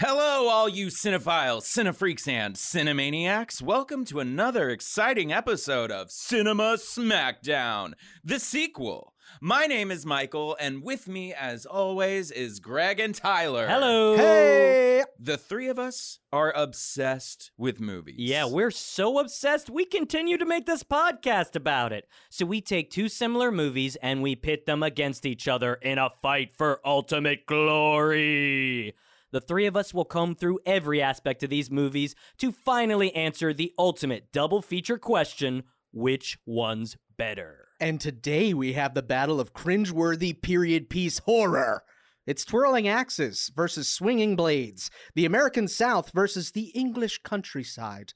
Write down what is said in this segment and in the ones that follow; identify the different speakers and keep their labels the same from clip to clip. Speaker 1: Hello, all you cinephiles, cinefreaks, and cinemaniacs. Welcome to another exciting episode of Cinema Smackdown, the sequel. My name is Michael, and with me, as always, is Greg and Tyler.
Speaker 2: Hello.
Speaker 3: Hey!
Speaker 1: The three of us are obsessed with movies.
Speaker 2: Yeah, we're so obsessed, we continue to make this podcast about it. So we take two similar movies and we pit them against each other in a fight for ultimate glory. The three of us will comb through every aspect of these movies to finally answer the ultimate double feature question which one's better?
Speaker 3: And today we have the battle of cringeworthy period piece horror. It's twirling axes versus swinging blades, the American South versus the English countryside,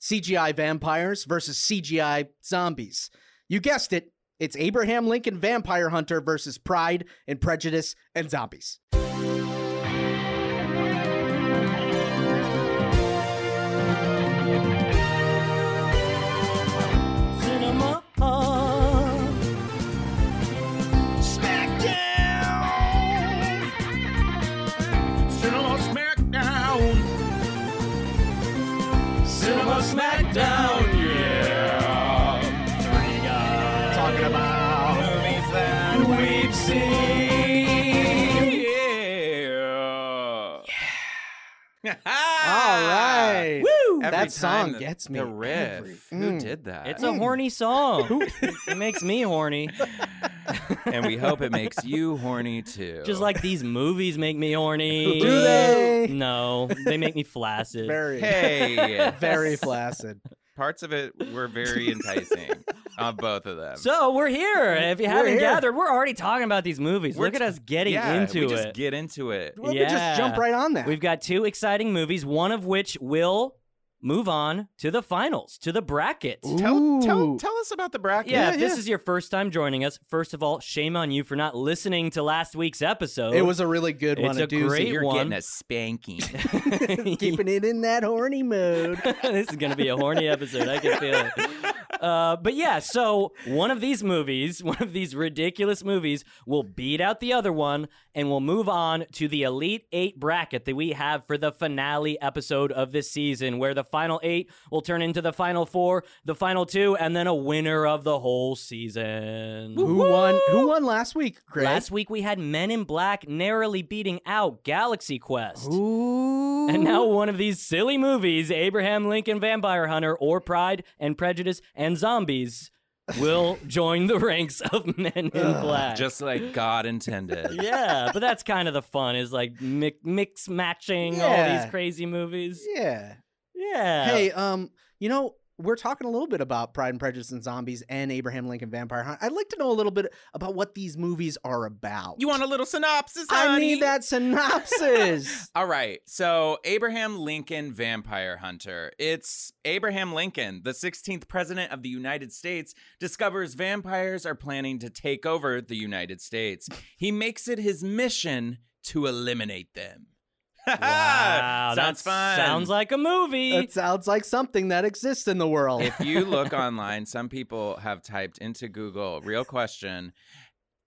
Speaker 3: CGI vampires versus CGI zombies. You guessed it, it's Abraham Lincoln Vampire Hunter versus Pride and Prejudice and zombies.
Speaker 2: Cinema.
Speaker 1: Cinema Smackdown. Cinema Smackdown, yeah.
Speaker 3: Talking about.
Speaker 1: movies that we've seen. Yeah.
Speaker 3: All
Speaker 2: Ah.
Speaker 3: right.
Speaker 2: Woo!
Speaker 3: That song gets me
Speaker 1: The riff.
Speaker 3: every-
Speaker 1: Who
Speaker 3: Mm.
Speaker 1: did that?
Speaker 2: It's a horny song. it makes me horny.
Speaker 1: and we hope it makes you horny too.
Speaker 2: Just like these movies make me horny.
Speaker 3: Do they?
Speaker 2: No, they make me flaccid.
Speaker 3: Very,
Speaker 1: hey,
Speaker 3: very flaccid.
Speaker 1: parts of it were very enticing on both of them.
Speaker 2: so we're here. If you
Speaker 3: Mm-hmm. We're
Speaker 2: haven't
Speaker 3: here.
Speaker 2: gathered, we're already talking about these movies.
Speaker 1: We're
Speaker 2: Look at us getting
Speaker 1: yeah,
Speaker 2: into
Speaker 1: we
Speaker 2: it.
Speaker 1: just get into it.
Speaker 3: Well, We just jump
Speaker 2: Yeah.
Speaker 3: right on that.
Speaker 2: We've got two exciting movies, one of which will move on to the finals, to the bracket.
Speaker 3: Ooh.
Speaker 1: Tell, tell, tell us about the bracket.
Speaker 2: Yeah,
Speaker 3: Yeah,
Speaker 2: if this
Speaker 3: yeah.
Speaker 2: is your first time joining us, first of all, shame on you for not listening to last week's episode.
Speaker 3: it was a really good
Speaker 2: It's
Speaker 3: one.
Speaker 2: a
Speaker 3: doozy.
Speaker 2: great
Speaker 1: You're
Speaker 2: one.
Speaker 1: getting a spanking.
Speaker 3: Keeping it in that horny mode.
Speaker 2: this is going to be a horny episode. I can feel it. Uh, but yeah, so one of these movies, one of these ridiculous movies, will beat out the other one and we'll move on to the Elite Eight bracket that we have for the finale episode of this season, where the final eight will turn into the final four, the final two, and then a winner of the whole season.
Speaker 3: Who won? Who won last week? Greg?
Speaker 2: Last week we had Men in Black narrowly beating out Galaxy Quest.
Speaker 3: Ooh.
Speaker 2: And now one of these silly movies, Abraham Lincoln Vampire Hunter or Pride and Prejudice and Zombies, will join the ranks of Men in Black.
Speaker 1: Just like God intended.
Speaker 2: yeah, but that's kind of the fun is like mi- mix matching all
Speaker 3: Yeah.
Speaker 2: these crazy movies.
Speaker 3: yeah.
Speaker 2: Yeah.
Speaker 3: Hey, um, you know, we're talking a little bit about Pride and Prejudice and Zombies and Abraham Lincoln Vampire Hunt. I'd like to know a little bit about what these movies are about.
Speaker 1: You want a little synopsis?
Speaker 3: I
Speaker 1: honey?
Speaker 3: need that synopsis.
Speaker 1: All right. So, Abraham Lincoln Vampire Hunter. It's Abraham Lincoln, the 16th president of the United States, discovers vampires are planning to take over the United States. He makes it his mission to eliminate them.
Speaker 2: Wow,
Speaker 1: sounds
Speaker 2: that
Speaker 1: fun.
Speaker 2: Sounds like a movie.
Speaker 3: that sounds like something that exists in the world.
Speaker 1: if you look online, some people have typed into Google, real question,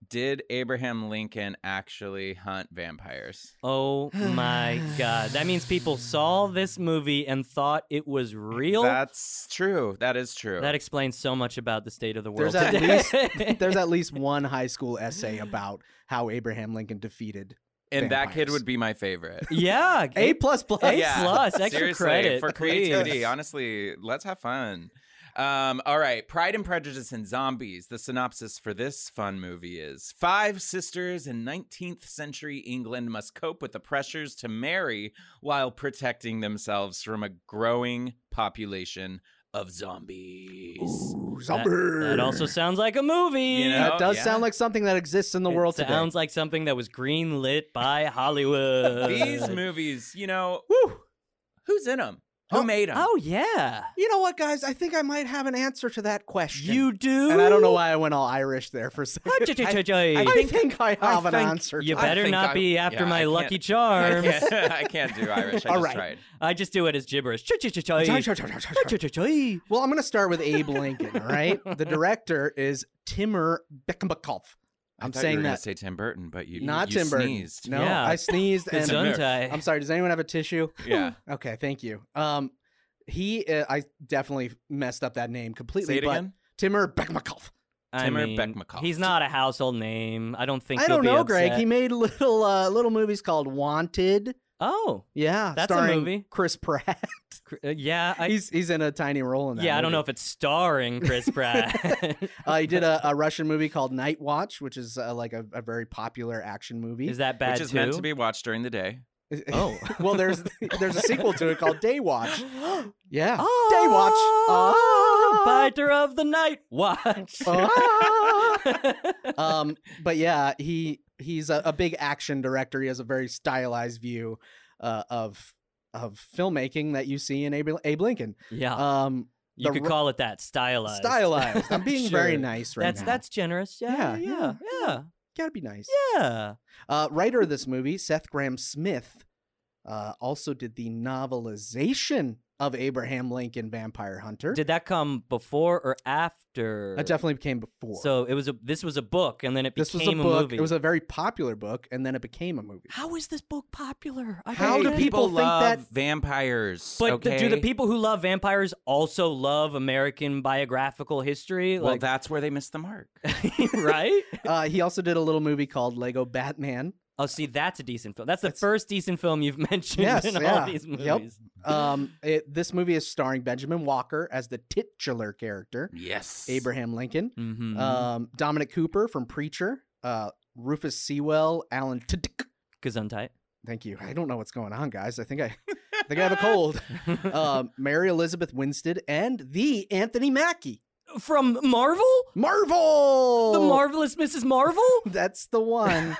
Speaker 1: did Abraham Lincoln actually hunt vampires?
Speaker 2: oh my god. That means people saw this movie and thought it was real.
Speaker 1: That's true. That is true.
Speaker 2: That explains so much about the state of the world
Speaker 3: There's at
Speaker 2: today.
Speaker 3: least there's at least one high school essay about how Abraham Lincoln defeated
Speaker 1: and that kid
Speaker 3: vampires.
Speaker 1: would be my favorite.
Speaker 2: yeah,
Speaker 3: A plus plus.
Speaker 2: A
Speaker 1: Yeah.
Speaker 2: plus, extra
Speaker 1: Seriously,
Speaker 2: credit,
Speaker 1: for
Speaker 2: please.
Speaker 1: creativity. Honestly, let's have fun. Um, all right, Pride and Prejudice and Zombies. The synopsis for this fun movie is five sisters in 19th century England must cope with the pressures to marry while protecting themselves from a growing population of zombies.
Speaker 3: Ooh,
Speaker 2: That,
Speaker 3: zombie.
Speaker 2: that also sounds like a movie.
Speaker 1: You know?
Speaker 3: That does
Speaker 1: Yeah.
Speaker 3: sound like something that exists in the
Speaker 2: It
Speaker 3: world today.
Speaker 2: sounds like something that was greenlit by Hollywood.
Speaker 1: These movies, you know,
Speaker 3: Woo.
Speaker 1: who's in them? Who
Speaker 3: Oh,
Speaker 1: made them?
Speaker 2: Oh yeah,
Speaker 3: You know what, guys? I think I might have an answer to that question.
Speaker 2: you do.
Speaker 3: And I don't know why I went all Irish there for a second. I
Speaker 2: I
Speaker 3: think, I have an
Speaker 1: think
Speaker 3: answer.
Speaker 2: you
Speaker 3: to
Speaker 1: I
Speaker 2: better
Speaker 1: think
Speaker 2: not
Speaker 1: I-
Speaker 2: be after
Speaker 1: yeah, I
Speaker 2: my
Speaker 1: can't-
Speaker 2: Lucky
Speaker 1: I
Speaker 2: Charms.
Speaker 1: can't, I can't do Irish. I
Speaker 3: All
Speaker 1: just
Speaker 3: right.
Speaker 1: tried.
Speaker 2: I just do it as gibberish.
Speaker 3: that. Well, I'm going to start with Abe Lincoln, all right? the director is Timur Bekmambetov.
Speaker 1: I
Speaker 3: I'm
Speaker 1: thought
Speaker 3: saying
Speaker 1: you were gonna
Speaker 3: that-
Speaker 1: say Tim Burton, but you
Speaker 3: Not
Speaker 1: you
Speaker 3: Tim Burton.
Speaker 1: sneezed.
Speaker 3: No,
Speaker 2: Yeah.
Speaker 3: I sneezed
Speaker 2: Good
Speaker 1: It's
Speaker 3: and
Speaker 1: a nerve.
Speaker 2: Zuntai.
Speaker 3: I'm sorry. Does anyone have a tissue?
Speaker 1: Yeah,
Speaker 3: Okay, thank you. Um, he, uh, I definitely messed up that name completely.
Speaker 1: say it
Speaker 3: but
Speaker 1: again.
Speaker 3: Timur Bekmakov.
Speaker 2: I
Speaker 1: Timur
Speaker 2: mean,
Speaker 1: Bekmambetov.
Speaker 2: He's not a household name. I don't think.
Speaker 3: I
Speaker 2: he'll
Speaker 3: don't
Speaker 2: be
Speaker 3: know, Greg.
Speaker 2: upset.
Speaker 3: He made little uh, little movies called Wanted.
Speaker 2: Oh,
Speaker 3: Yeah,
Speaker 2: That's a
Speaker 3: starring
Speaker 2: movie.
Speaker 3: Chris Pratt.
Speaker 2: cr- uh, yeah. I,
Speaker 3: he's he's in a tiny role in that.
Speaker 2: yeah, I don't know if it's starring Chris Pratt.
Speaker 3: uh, he did a, a Russian movie called Night Watch, which is uh, like a, a very popular action movie.
Speaker 2: Is that bad
Speaker 1: Which is
Speaker 2: too?
Speaker 1: meant to be watched during the day.
Speaker 2: Oh.
Speaker 3: well, there's there's a sequel to it called Day Watch. Yeah, Day Watch.
Speaker 2: Oh,
Speaker 3: Ah.
Speaker 2: Fighter of the night watch.
Speaker 3: Ah. um, but yeah, he he's a, a big action director. He has a very stylized view uh, of of filmmaking that you see in Abe, Abe Lincoln.
Speaker 2: yeah,
Speaker 3: Um,
Speaker 2: you
Speaker 3: the
Speaker 2: could
Speaker 3: ro-
Speaker 2: call it that. Stylized.
Speaker 3: stylized. I'm being very
Speaker 2: Sure.
Speaker 3: nice right
Speaker 2: That's
Speaker 3: now.
Speaker 2: that's generous. Yeah,
Speaker 3: Yeah,
Speaker 2: yeah, yeah,
Speaker 3: gotta be nice.
Speaker 2: yeah.
Speaker 3: Uh, writer of this movie, Seth Graham Smith, uh, also did the novelization of Abraham Lincoln Vampire Hunter.
Speaker 2: Did that come before or after?
Speaker 3: that Uh, definitely became before.
Speaker 2: So it was a. This was a book, and then it
Speaker 3: this was a
Speaker 2: became
Speaker 3: book.
Speaker 2: movie.
Speaker 3: It was a very popular book, and then it became a movie.
Speaker 2: How is this book popular? I
Speaker 3: How
Speaker 2: don't
Speaker 3: do
Speaker 2: get it.
Speaker 3: people think
Speaker 1: love
Speaker 3: that-
Speaker 1: vampires?
Speaker 2: But
Speaker 1: okay?
Speaker 2: the- do the people who love vampires also love American biographical history?
Speaker 1: Well,
Speaker 2: Like,
Speaker 1: that's where they missed the mark.
Speaker 2: right?
Speaker 3: Uh, he also did a little movie called Lego Batman.
Speaker 2: Oh, see, that's a decent film. That's the
Speaker 3: That's-
Speaker 2: first decent film you've mentioned
Speaker 3: Yes,
Speaker 2: in all
Speaker 3: yeah.
Speaker 2: these
Speaker 3: Yep.
Speaker 2: movies.
Speaker 3: Um, it, this movie is starring Benjamin Walker as the titular character,
Speaker 1: Yes,
Speaker 3: Abraham Lincoln.
Speaker 2: Mm-hmm.
Speaker 3: Um, Dominic Cooper from Preacher. Uh, Rufus Sewell, Alan Tudyk.
Speaker 2: Gesundheit.
Speaker 3: Thank you. I don't know what's going on, guys. I think I, I think I have a cold. Um, Mary Elizabeth Winstead and the Anthony Mackie.
Speaker 2: From Marvel?
Speaker 3: Marvel.
Speaker 2: The marvelous Mrs. Marvel?
Speaker 3: That's the one.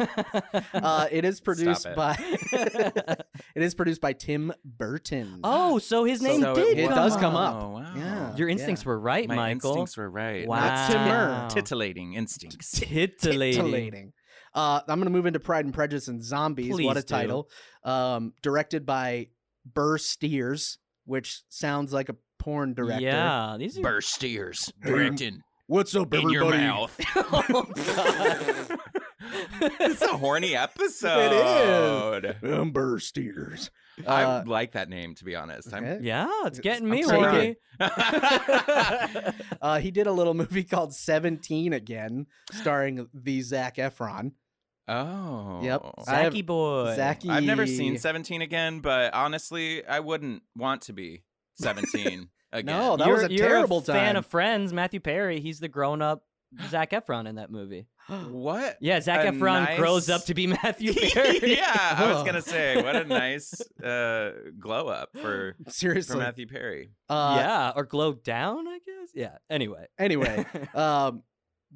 Speaker 3: Uh, it is produced
Speaker 1: it.
Speaker 3: by. it is produced by Tim Burton.
Speaker 2: oh, so his
Speaker 1: So
Speaker 2: name
Speaker 1: it
Speaker 2: did.
Speaker 3: It
Speaker 1: was-
Speaker 2: come
Speaker 3: does
Speaker 2: up.
Speaker 3: come up.
Speaker 1: Oh, wow.
Speaker 3: Yeah.
Speaker 2: Your instincts were right,
Speaker 1: My
Speaker 2: Michael.
Speaker 1: instincts were right.
Speaker 2: Wow.
Speaker 1: That's
Speaker 3: Timur.
Speaker 1: titillating instincts.
Speaker 2: Titillating.
Speaker 3: titillating. Uh, I'm going to move into Pride and Prejudice and Zombies. what a
Speaker 2: Please do.
Speaker 3: title! Um, directed by Burr Steers, which sounds like a porn director.
Speaker 2: Yeah, these are.
Speaker 1: Burst ears, Britain,
Speaker 3: What's up,
Speaker 1: in
Speaker 3: everybody?
Speaker 1: your mouth.
Speaker 2: Oh, God.
Speaker 1: it's a horny episode.
Speaker 3: I'm Burr Steers.
Speaker 1: I
Speaker 3: Uh,
Speaker 1: like that name, to be honest. I'm-
Speaker 3: okay.
Speaker 2: yeah, it's
Speaker 3: It's-
Speaker 2: getting
Speaker 3: I'm
Speaker 2: me
Speaker 3: taking
Speaker 2: horny.
Speaker 3: Uh, he did a little movie called Seventeen again, starring the Zach Efron.
Speaker 1: oh.
Speaker 3: Yep. I have-
Speaker 2: Zacky boy.
Speaker 3: Zacky.
Speaker 1: I've never seen 17 again, but honestly, I wouldn't want to be 17 again.
Speaker 3: No, Oh, that
Speaker 2: you're,
Speaker 3: was a
Speaker 2: you're
Speaker 3: terrible
Speaker 2: Fan
Speaker 3: time.
Speaker 2: of Friends, Matthew Perry. He's the grown-up Zac Efron in that movie.
Speaker 1: What?
Speaker 2: Yeah, Zac
Speaker 1: A
Speaker 2: Efron grows
Speaker 1: nice-
Speaker 2: up to be Matthew Perry.
Speaker 1: yeah, I was
Speaker 3: Oh.
Speaker 1: gonna say, what a nice uh, glow up for for
Speaker 3: Seriously.
Speaker 1: Matthew Perry.
Speaker 3: Uh,
Speaker 2: yeah, or glow down, I guess. Yeah. Anyway,
Speaker 3: Anyway, um,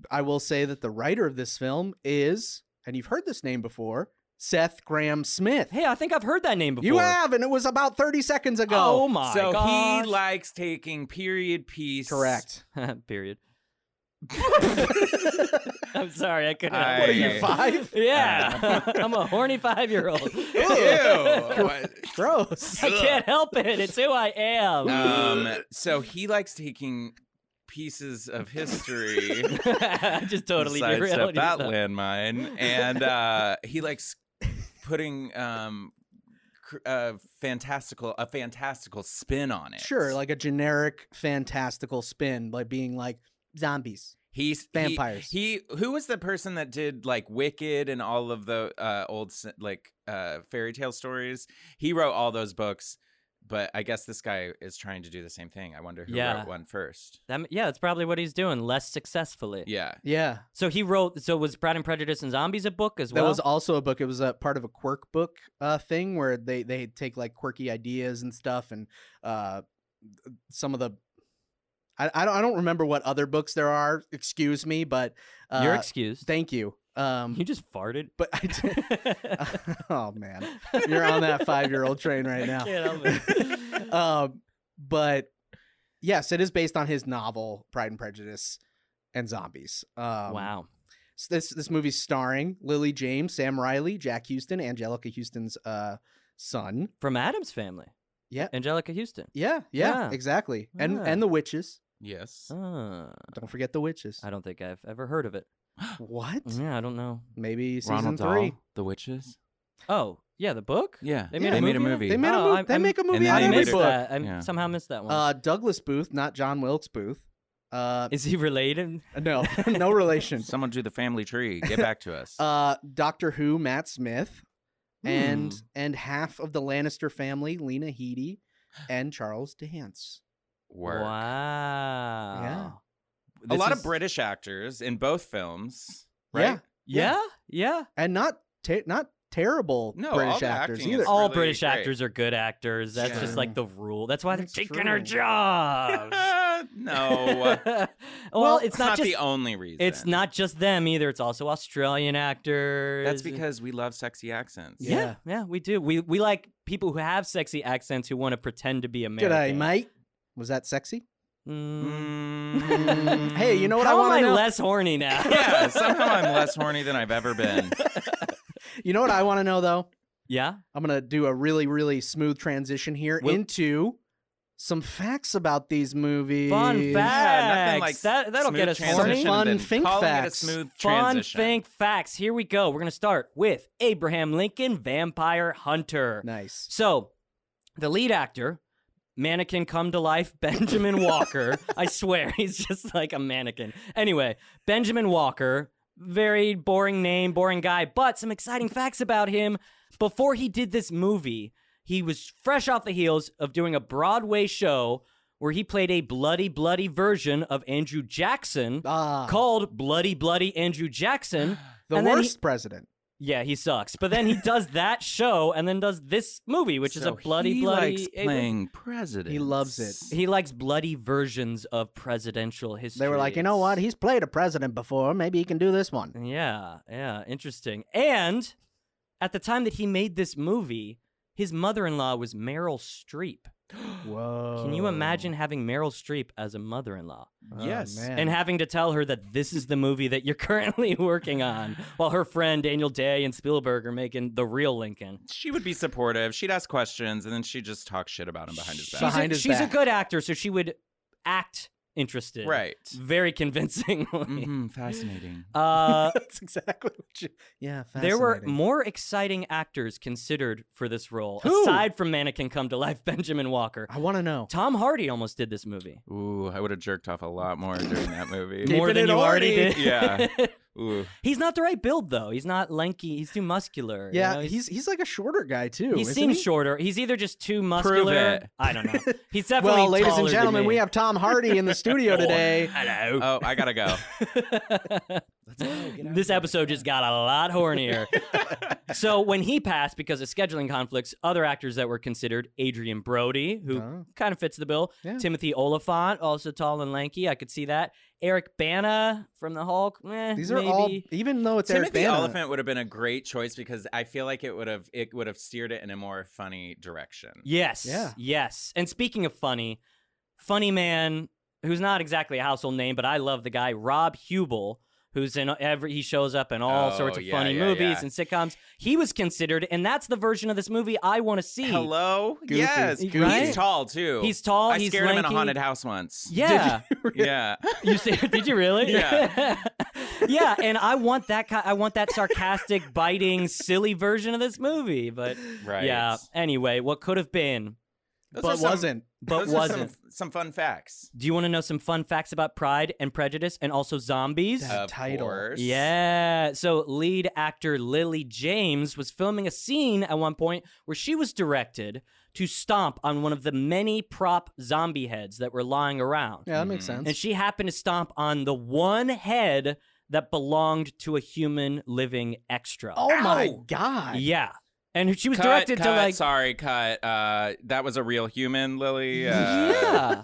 Speaker 3: I will say that the writer of this film is, and you've heard this name before, Seth Graham Smith.
Speaker 2: hey, I think I've heard that name before.
Speaker 3: You have, and it was about 30 seconds
Speaker 2: Oh
Speaker 3: ago.
Speaker 2: my
Speaker 1: so he
Speaker 2: gosh.
Speaker 1: likes taking period piece.
Speaker 3: Correct.
Speaker 2: Period. I'm sorry, I couldn't.
Speaker 1: I-
Speaker 3: What are you, five?
Speaker 2: Yeah,
Speaker 1: Uh.
Speaker 2: I'm a horny five-year-old.
Speaker 1: Ew. What?
Speaker 3: Gross.
Speaker 2: I can't help it. It's who I am.
Speaker 1: um, so he likes taking pieces of history.
Speaker 2: I just totally
Speaker 1: sidestep
Speaker 2: derailed
Speaker 1: that
Speaker 2: yourself.
Speaker 1: landmine, and uh, he likes putting um, cr- uh, fantastical a fantastical spin on it.
Speaker 3: Sure, like a generic fantastical spin, like being like zombies.
Speaker 1: He's he-
Speaker 3: Vampires.
Speaker 1: He, who was the person that did like Wicked and all of the uh, old s- like uh, fairy tale stories. He wrote all those books, but I guess this guy is trying to do the same thing. I wonder who
Speaker 2: Yeah.
Speaker 1: wrote one first.
Speaker 2: That m- yeah, that's probably what he's doing, less successfully.
Speaker 1: Yeah,
Speaker 3: Yeah.
Speaker 2: So he wrote. So was Pride and Prejudice and Zombies a book as well?
Speaker 3: That was also a book. It was a part of a quirk book uh, thing where they they take like quirky ideas and stuff, and uh, some of the. I, I don't I don't remember what other books there are. Excuse me, but uh,
Speaker 2: Your excuse.
Speaker 3: thank you.
Speaker 2: You
Speaker 3: Um,
Speaker 2: just farted.
Speaker 3: but I did. oh man, you're on that five year old train right now. um, but yes, it is based on his novel Pride and Prejudice and Zombies. Um,
Speaker 2: wow.
Speaker 3: s- this this movie's starring Lily James, Sam Riley, Jack Houston, Angelica Houston's uh son.
Speaker 2: From Adam's family.
Speaker 3: Yeah.
Speaker 2: Angelica Houston.
Speaker 3: Yeah, yeah,
Speaker 2: Yeah.
Speaker 3: exactly. And
Speaker 2: Yeah.
Speaker 3: and the witches.
Speaker 1: yes.
Speaker 2: Ah,
Speaker 3: Oh, Don't forget the witches.
Speaker 2: I don't Mm-hmm. think I've ever heard of it.
Speaker 3: What?
Speaker 2: Yeah, I don't know.
Speaker 3: Maybe season
Speaker 1: Ronald
Speaker 3: three.
Speaker 1: Dahl, The Witches.
Speaker 2: Oh, yeah, the book.
Speaker 1: Yeah.
Speaker 2: They
Speaker 3: made
Speaker 1: they
Speaker 3: a
Speaker 1: made a
Speaker 2: movie?
Speaker 1: movie.
Speaker 3: They made a
Speaker 2: Oh,
Speaker 3: movie.
Speaker 2: I'm-
Speaker 3: they
Speaker 2: I'm-
Speaker 3: make a movie
Speaker 1: then
Speaker 3: out
Speaker 1: they
Speaker 3: of
Speaker 1: made
Speaker 3: every
Speaker 1: it.
Speaker 2: missed
Speaker 3: book.
Speaker 2: that. I
Speaker 1: Yeah.
Speaker 2: somehow missed that one.
Speaker 3: Uh, Douglas Booth, not John Wilkes Booth. Uh,
Speaker 2: Is he related?
Speaker 3: no, no relation.
Speaker 1: Someone do the family tree. Get back to us.
Speaker 3: Uh, Doctor Who, Matt Smith, and
Speaker 2: Hmm.
Speaker 3: and half of the Lannister family, Lena Headey, and Charles Dance.
Speaker 1: Work.
Speaker 2: Wow.
Speaker 3: Yeah.
Speaker 1: A
Speaker 2: This
Speaker 1: lot
Speaker 2: is-
Speaker 1: of British actors in both films, right?
Speaker 3: Yeah,
Speaker 2: Yeah, yeah.
Speaker 3: and not te- not terrible
Speaker 1: No, all
Speaker 3: British
Speaker 1: the
Speaker 3: actors
Speaker 1: acting
Speaker 3: either.
Speaker 1: is-
Speaker 2: All
Speaker 1: really
Speaker 2: British
Speaker 1: great.
Speaker 2: actors are good actors. That's
Speaker 1: Yeah.
Speaker 2: just like the rule. That's why they're
Speaker 3: That's
Speaker 2: taking our
Speaker 3: true.
Speaker 2: jobs.
Speaker 1: no. uh,
Speaker 2: well,
Speaker 1: Well,
Speaker 2: it's not, just
Speaker 1: the only reason.
Speaker 2: it's not just them either. It's also Australian actors.
Speaker 1: That's because we love sexy accents.
Speaker 2: yeah,
Speaker 3: Yeah.
Speaker 2: yeah, we do. We we like people who have sexy accents who want to pretend to be American.
Speaker 3: G'day, mate. Was that sexy?
Speaker 2: Mm.
Speaker 1: Mm.
Speaker 3: Hey, you know what
Speaker 2: How
Speaker 3: I want
Speaker 2: am I
Speaker 3: to know?
Speaker 2: less horny now?
Speaker 1: Yeah, somehow I'm less horny than I've ever been.
Speaker 3: you know what I want to know though.
Speaker 2: yeah.
Speaker 3: I'm gonna do a really really smooth transition here
Speaker 2: Will-
Speaker 3: into some facts about these movies.
Speaker 2: Fun
Speaker 1: Yeah, nothing
Speaker 2: facts.
Speaker 1: like
Speaker 2: that that'll
Speaker 1: smooth
Speaker 2: get us horny.
Speaker 1: transition
Speaker 3: Some fun
Speaker 1: and then
Speaker 3: think
Speaker 1: calling It
Speaker 3: facts.
Speaker 1: a smooth
Speaker 2: Fun
Speaker 1: transition.
Speaker 2: think facts. Here we go. We're going to start with Abraham Lincoln Vampire Hunter.
Speaker 3: Nice.
Speaker 2: So, the lead actor, mannequin come to life, Benjamin Walker. I swear, he's just like a mannequin. Anyway, Benjamin Walker, very boring name, boring guy, but some exciting facts about him. Before he did this movie, he was fresh off the heels of doing a Broadway show where he played a bloody, bloody version of Andrew Jackson
Speaker 3: Ah,
Speaker 2: called Bloody, Bloody Andrew Jackson.
Speaker 3: the
Speaker 2: and then he-
Speaker 3: worst president.
Speaker 2: Yeah, he sucks. But then he does that show and then does this movie, which is a
Speaker 1: So
Speaker 2: bloody,
Speaker 1: he
Speaker 2: bloody.
Speaker 1: likes playing president.
Speaker 3: He loves it.
Speaker 2: He likes bloody versions of presidential history.
Speaker 3: They were like, you know what? He's played a president before. Maybe he can do this one.
Speaker 2: Yeah, yeah, interesting. And at the time that he made this movie, his mother in law was Meryl Streep.
Speaker 3: Whoa!
Speaker 2: Can
Speaker 1: Oh.
Speaker 2: you imagine having Meryl Streep as a mother in law
Speaker 3: Oh,
Speaker 1: Yes.
Speaker 3: man.
Speaker 2: and having to tell her that this is the movie that you're currently working on while her friend Daniel Day and Spielberg are making the real Lincoln?
Speaker 1: She would be supportive. She'd ask questions and then she'd just talk shit about him behind his
Speaker 2: she's
Speaker 1: back.
Speaker 3: Behind
Speaker 2: a,
Speaker 3: his
Speaker 2: she's
Speaker 3: back.
Speaker 2: a good actor, so she would act interested.
Speaker 1: Right.
Speaker 2: Very convincingly.
Speaker 1: hmm Fascinating.
Speaker 2: Uh,
Speaker 3: That's exactly what you. Yeah,
Speaker 2: there were
Speaker 3: fascinating.
Speaker 2: more exciting actors considered for this role,
Speaker 3: Who?
Speaker 2: aside from Mannequin Come to Life, Benjamin Walker.
Speaker 3: I want to know.
Speaker 2: Tom Hardy almost did this movie.
Speaker 1: Ooh, I would have jerked off a lot more during that movie.
Speaker 3: Keeping
Speaker 2: More than
Speaker 3: it
Speaker 2: you already
Speaker 3: Hardy.
Speaker 2: did.
Speaker 1: Yeah. Ooh.
Speaker 2: he's not the right build though. He's not lanky. He's too muscular. you
Speaker 3: Yeah,
Speaker 2: know,
Speaker 3: he's he's like a shorter guy too.
Speaker 2: he
Speaker 3: isn't
Speaker 2: seems
Speaker 3: he?
Speaker 2: shorter. He's either just too muscular.
Speaker 1: it.
Speaker 2: I don't know. He's definitely
Speaker 3: Well, ladies
Speaker 2: taller
Speaker 3: and
Speaker 2: than
Speaker 3: gentlemen,
Speaker 2: me.
Speaker 3: we have Tom Hardy in the studio today.
Speaker 2: Hello.
Speaker 1: Oh, I gotta go.
Speaker 2: this episode just got a lot hornier. so when he passed because of scheduling conflicts, other actors that were considered Adrian Brody, who
Speaker 3: Oh.
Speaker 2: kind of fits the bill,
Speaker 3: Yeah.
Speaker 2: Timothy Oliphant, also tall and lanky, I could see that. Eric Bana from the Hulk, eh,
Speaker 3: These are
Speaker 2: maybe.
Speaker 3: all, even though it's Eric
Speaker 1: Timothy
Speaker 3: Bana,
Speaker 1: Elephant would have been a great choice because I feel like it would have it would have steered it in a more funny direction.
Speaker 2: Yes.
Speaker 3: Yeah.
Speaker 2: Yes. And speaking of funny, funny man who's not exactly a household name, but I love the guy Rob Hubel, who's in every he shows up in all
Speaker 1: Oh,
Speaker 2: sorts of
Speaker 1: yeah,
Speaker 2: funny
Speaker 1: yeah,
Speaker 2: movies
Speaker 1: yeah.
Speaker 2: and sitcoms. He was considered, and that's the version of this movie I want to see.
Speaker 1: Hello?
Speaker 3: Goofy.
Speaker 1: Yes.
Speaker 2: Goofy. Right?
Speaker 1: He's tall too.
Speaker 2: He's tall.
Speaker 1: I
Speaker 2: he's
Speaker 1: scared
Speaker 2: lanky.
Speaker 1: him in a haunted house once.
Speaker 2: Yeah.
Speaker 1: Yeah.
Speaker 2: You see, did you really?
Speaker 1: Yeah.
Speaker 2: yeah, and I want that ki- I want that sarcastic, biting, silly version of this movie, but
Speaker 1: Right.
Speaker 2: yeah. Anyway, what could have been
Speaker 1: Those are
Speaker 3: but
Speaker 1: some-
Speaker 3: wasn't.
Speaker 2: but
Speaker 1: those are
Speaker 2: wasn't.
Speaker 1: Some, some fun facts.
Speaker 2: Do you want to know some fun facts about Pride and Prejudice and also zombies?
Speaker 3: That- The
Speaker 1: Of
Speaker 3: title.
Speaker 1: course.
Speaker 2: Yeah. So, lead actor Lily James was filming a scene at one point where she was directed to stomp on one of the many prop zombie heads that were lying around.
Speaker 3: Yeah, that makes
Speaker 1: Mhm.
Speaker 3: sense.
Speaker 2: And she happened to stomp on the one head that belonged to a human living extra.
Speaker 3: oh my
Speaker 1: Ow!
Speaker 3: god!
Speaker 2: Yeah. And she was
Speaker 1: Cut,
Speaker 2: directed
Speaker 1: cut,
Speaker 2: to like.
Speaker 1: sorry, cut. Uh, that was a real human, Lily. Uh,
Speaker 2: yeah.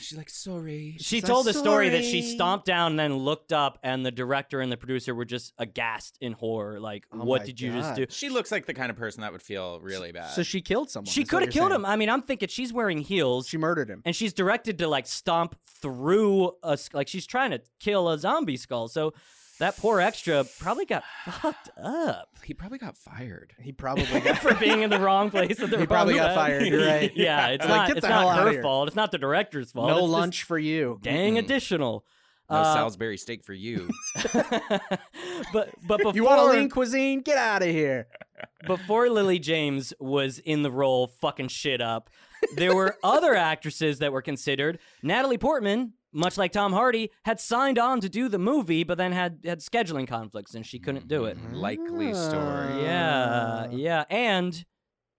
Speaker 1: She's like, sorry.
Speaker 2: She
Speaker 3: She's
Speaker 2: told
Speaker 3: like,
Speaker 2: a story that she
Speaker 3: "Sorry."
Speaker 2: stomped down and then looked up, and the director and the producer were just aghast in horror. Like,
Speaker 3: Oh
Speaker 2: what
Speaker 3: my
Speaker 2: did you just
Speaker 3: God.
Speaker 2: do?
Speaker 1: She looks like the kind of person that would feel really bad.
Speaker 3: So she killed someone.
Speaker 2: She
Speaker 3: is what
Speaker 2: could have
Speaker 3: you're
Speaker 2: killed
Speaker 3: saying.
Speaker 2: him. I mean, I'm thinking she's wearing heels,
Speaker 3: She murdered him.
Speaker 2: and she's directed to like stomp through a s- like she's trying to kill a zombie skull. So that poor extra probably got fucked up
Speaker 1: he probably got fired.
Speaker 3: He probably got.
Speaker 2: for being in the wrong place at the
Speaker 3: He
Speaker 2: wrong
Speaker 3: probably got
Speaker 2: time.
Speaker 3: fired, you're right.
Speaker 2: yeah, it's
Speaker 3: Like,
Speaker 2: not
Speaker 3: get
Speaker 2: it's
Speaker 3: the hell
Speaker 2: not
Speaker 3: outta
Speaker 2: her
Speaker 3: here.
Speaker 2: fault. It's not the director's fault.
Speaker 3: no
Speaker 2: it's this
Speaker 3: lunch for you.
Speaker 2: dang
Speaker 1: Mm-mm.
Speaker 2: additional.
Speaker 1: No
Speaker 2: Uh,
Speaker 1: Salisbury steak for you.
Speaker 2: but but before
Speaker 3: You want a lean cuisine? Get out of here.
Speaker 2: before Lily James was in the role fucking shit up, there were other actresses that were considered. Natalie Portman, much like Tom Hardy, had signed on to do the movie, but then had had scheduling conflicts and she couldn't do it.
Speaker 1: Likely
Speaker 3: Mm-hmm.
Speaker 1: story.
Speaker 2: Yeah, yeah, and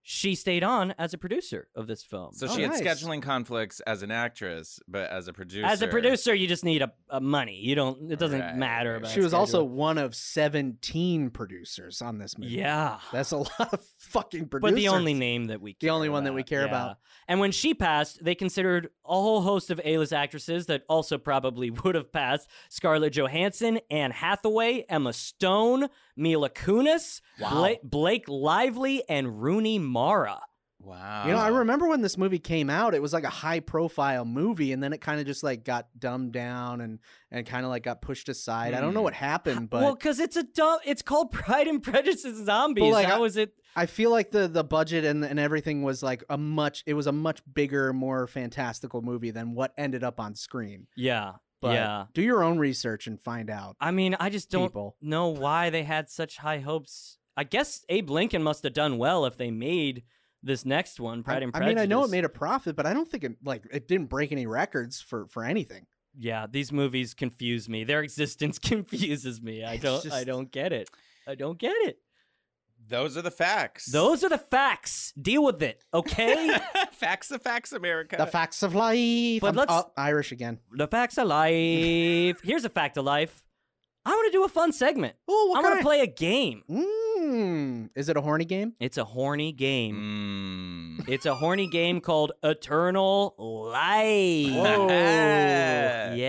Speaker 2: she stayed on as a producer of this film.
Speaker 1: So
Speaker 3: Oh,
Speaker 1: she had
Speaker 3: nice.
Speaker 1: scheduling conflicts as an actress, but as a producer.
Speaker 2: as a producer, you just need a, a money. You don't. It doesn't
Speaker 1: Right.
Speaker 2: matter. About
Speaker 3: She was also
Speaker 2: scheduling.
Speaker 3: one of 17 producers on this movie.
Speaker 2: yeah.
Speaker 3: That's a lot of fucking producers.
Speaker 2: But the only name that we
Speaker 3: The
Speaker 2: care
Speaker 3: only one that we care about.
Speaker 2: And when she passed, they considered a whole host of A-list actresses that also probably would have passed: Scarlett Johansson, Anne Hathaway, Emma Stone, Mila Kunis, Bla- Blake Lively, and Rooney Mara.
Speaker 1: Wow.
Speaker 3: You know, I
Speaker 2: uh,
Speaker 3: remember when this movie came out, it was like a high profile movie and then it kind of just like got dumbed down and and kind of like got pushed aside. I don't know
Speaker 1: Hmm.
Speaker 3: what happened, but
Speaker 2: well, because it's a dumb. It's called Pride and Prejudice and Zombies.
Speaker 3: like,
Speaker 2: How
Speaker 3: I-
Speaker 2: is it?
Speaker 3: I feel like the the budget and and everything was like a much it was a much bigger, more fantastical movie than what ended up on screen.
Speaker 2: Yeah.
Speaker 3: But
Speaker 2: yeah.
Speaker 3: do your own research and find out.
Speaker 2: I mean, I just don't
Speaker 3: people.
Speaker 2: know why they had such high hopes. I guess Abe Lincoln must have done well if they made this next one, Pride
Speaker 3: I,
Speaker 2: and
Speaker 3: I
Speaker 2: Prejudice.
Speaker 3: mean, I know it made a profit, but I don't think it like it didn't break any records for for anything.
Speaker 2: yeah, these movies confuse me. Their existence confuses me. I
Speaker 3: It's
Speaker 2: don't. I
Speaker 3: just-
Speaker 2: don't get it. I don't get it.
Speaker 1: Those are the facts.
Speaker 2: Those are the facts. Deal with it, okay?
Speaker 1: facts of facts, America.
Speaker 3: The facts of life.
Speaker 2: Uh, But
Speaker 3: I'm-
Speaker 2: let's-
Speaker 3: oh, Irish again.
Speaker 2: the facts of life. Here's a fact of life. I want to do a fun segment.
Speaker 3: Oh,
Speaker 2: I
Speaker 3: what
Speaker 2: want to
Speaker 3: kind
Speaker 2: play a game.
Speaker 3: Mmm. Is it a horny game?
Speaker 2: It's a horny game.
Speaker 1: Mm.
Speaker 2: It's a horny game called Eternal Life.
Speaker 1: Whoa.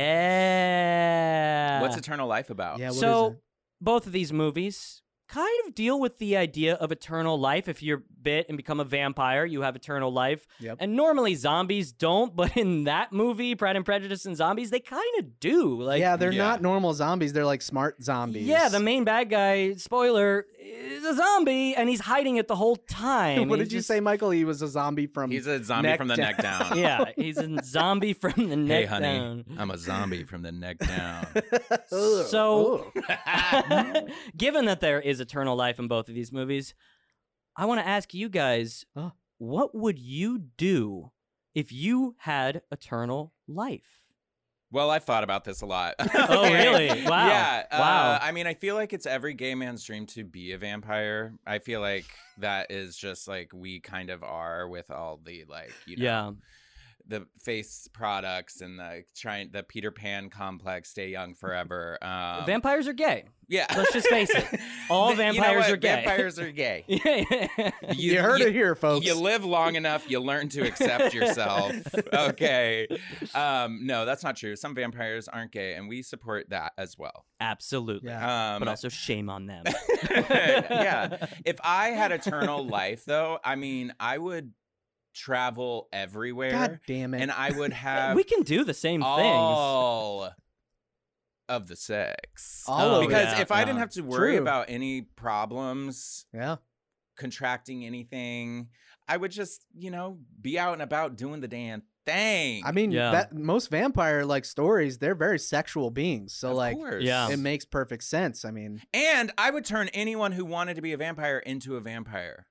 Speaker 2: yeah.
Speaker 1: What's Eternal Life about?
Speaker 3: Yeah. what is
Speaker 2: so
Speaker 3: it?
Speaker 2: both of these movies kind of deal with the idea of eternal life. If you're bit and become a vampire, you have eternal life.
Speaker 3: Yep.
Speaker 2: And normally zombies don't, but in that movie, Pride and Prejudice and Zombies, they kind of do. Like
Speaker 3: yeah, they're
Speaker 1: Yeah.
Speaker 3: not normal zombies. They're like smart zombies.
Speaker 2: Yeah, the main bad guy, spoiler, is a zombie and he's hiding it the whole time.
Speaker 3: What
Speaker 2: He's
Speaker 3: did you
Speaker 2: just-
Speaker 3: say, Michael? He was a zombie from.
Speaker 1: He's a zombie
Speaker 3: Neck
Speaker 1: from the
Speaker 3: down.
Speaker 1: neck down.
Speaker 2: yeah, he's a zombie from the neck
Speaker 1: Hey, honey,
Speaker 2: down.
Speaker 1: I'm a zombie from the neck down.
Speaker 3: Ugh,
Speaker 2: So-
Speaker 3: ugh.
Speaker 2: Given that there is eternal life in both of these movies, I want to ask you guys
Speaker 3: Huh?
Speaker 2: what would you do if you had eternal life?
Speaker 1: well, I've thought about this a lot.
Speaker 2: Oh, really? Wow.
Speaker 1: Yeah. uh,
Speaker 2: Wow.
Speaker 1: I mean, I feel like it's every gay man's dream to be a vampire. I feel like that is just like we kind of are with all the like, you know,
Speaker 2: yeah.
Speaker 1: the face products and the trying the Peter Pan complex, stay young forever. Um,
Speaker 2: Vampires are gay.
Speaker 1: yeah.
Speaker 2: Let's just face it. All
Speaker 1: You know
Speaker 2: vampires
Speaker 1: what?
Speaker 2: are gay.
Speaker 1: Vampires are gay.
Speaker 3: you, heard it here, folks.
Speaker 1: You live long enough, you learn to accept yourself. Okay. Um, no, that's not true. Some vampires aren't gay, and we support that as well.
Speaker 2: Absolutely.
Speaker 3: Yeah.
Speaker 1: Um,
Speaker 2: But also shame on them.
Speaker 1: yeah. If I had eternal life, though, I mean, I would travel everywhere,
Speaker 3: God damn it!
Speaker 1: and I would have
Speaker 2: we can do the same things.
Speaker 1: all of the sex.
Speaker 3: All
Speaker 2: Oh,
Speaker 3: of
Speaker 1: because
Speaker 2: yeah,
Speaker 1: if I didn't
Speaker 2: yeah.
Speaker 1: have to worry
Speaker 3: True.
Speaker 1: about any problems
Speaker 3: yeah,
Speaker 1: contracting anything. I would just, you know, be out and about doing the damn thing.
Speaker 3: I mean,
Speaker 2: Yeah.
Speaker 3: that most vampire like stories, they're very sexual beings. So
Speaker 1: Of
Speaker 3: like,
Speaker 1: course.
Speaker 2: Yeah.
Speaker 3: it makes perfect sense. I mean,
Speaker 1: and I would turn anyone who wanted to be a vampire into a vampire.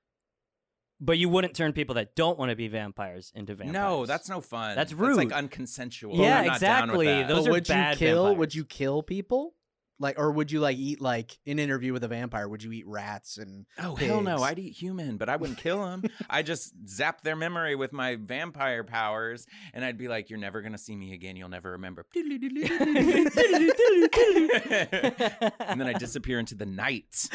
Speaker 2: But you wouldn't turn people that don't want to be vampires into vampires.
Speaker 1: No, that's no fun.
Speaker 2: That's
Speaker 1: It's
Speaker 2: rude.
Speaker 1: like unconsensual.
Speaker 2: Yeah,
Speaker 1: I'm not down with
Speaker 2: exactly.
Speaker 1: that.
Speaker 2: Those
Speaker 3: but
Speaker 2: are
Speaker 3: would you
Speaker 2: bad
Speaker 3: kill?
Speaker 2: vampires.
Speaker 3: Would you kill people? Like, or would you like eat like an interview with a vampire? Would you eat rats and
Speaker 1: oh hell no!
Speaker 3: pigs.
Speaker 1: I'd eat human, but I wouldn't kill them. I just zap their memory with my vampire powers, and I'd be like, "You're never gonna see me again. You'll never remember." and then I disappear into the night.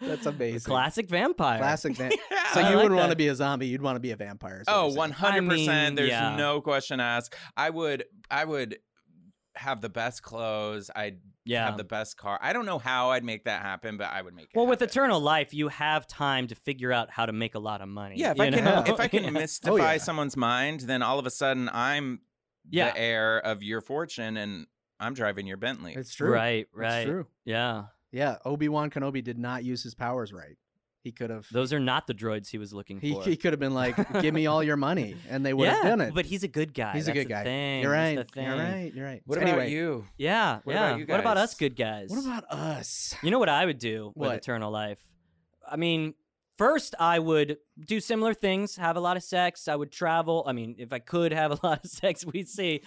Speaker 3: That's amazing.
Speaker 2: Classic vampire.
Speaker 3: classic? Van- so
Speaker 2: I like
Speaker 3: you wouldn't want
Speaker 2: that.
Speaker 3: to be a zombie. You'd want to be a vampire. is what
Speaker 1: Uh, Oh,
Speaker 3: you're saying.
Speaker 1: 100%.
Speaker 2: I mean,
Speaker 1: There's
Speaker 2: yeah.
Speaker 1: no question asked. I would I would have the best clothes. I'd
Speaker 2: Yeah.
Speaker 1: have the best car. I don't know how I'd make that happen, but I would make it.
Speaker 2: Well, with
Speaker 1: happen.
Speaker 2: eternal life, you have time to figure out how to make a lot of money.
Speaker 1: Yeah, if
Speaker 2: you
Speaker 1: I can
Speaker 3: uh,
Speaker 2: know?
Speaker 1: if I can
Speaker 2: Yeah.
Speaker 1: mystify
Speaker 3: Oh, yeah.
Speaker 1: someone's mind, then all of a sudden I'm
Speaker 2: Yeah.
Speaker 1: the heir of your fortune and I'm driving your Bentley.
Speaker 3: It's true.
Speaker 2: Right,
Speaker 3: It's
Speaker 2: right.
Speaker 3: true.
Speaker 2: Yeah.
Speaker 3: Yeah, Obi Wan Kenobi did not use his powers right. He could have.
Speaker 2: Those are not the droids he was looking
Speaker 3: He,
Speaker 2: for.
Speaker 3: he could have been like, "Give me all your money," and they would
Speaker 2: yeah,
Speaker 3: have done it.
Speaker 2: but he's a good guy.
Speaker 3: He's a
Speaker 2: That's
Speaker 3: good
Speaker 2: the
Speaker 3: guy.
Speaker 2: thing.
Speaker 3: you're
Speaker 2: That's
Speaker 3: right.
Speaker 2: the
Speaker 3: You're
Speaker 2: thing.
Speaker 3: right. You're right.
Speaker 1: What
Speaker 3: anyway,
Speaker 1: about you?
Speaker 2: Yeah,
Speaker 1: What
Speaker 2: yeah.
Speaker 1: about you
Speaker 2: What about us
Speaker 1: guys?
Speaker 2: good guys?
Speaker 3: What about us?
Speaker 2: You know what I would do
Speaker 3: What?
Speaker 2: with eternal life? I mean, first I would do similar things, have a lot of sex, I would travel. I mean, if I could have a lot of sex, we'd see.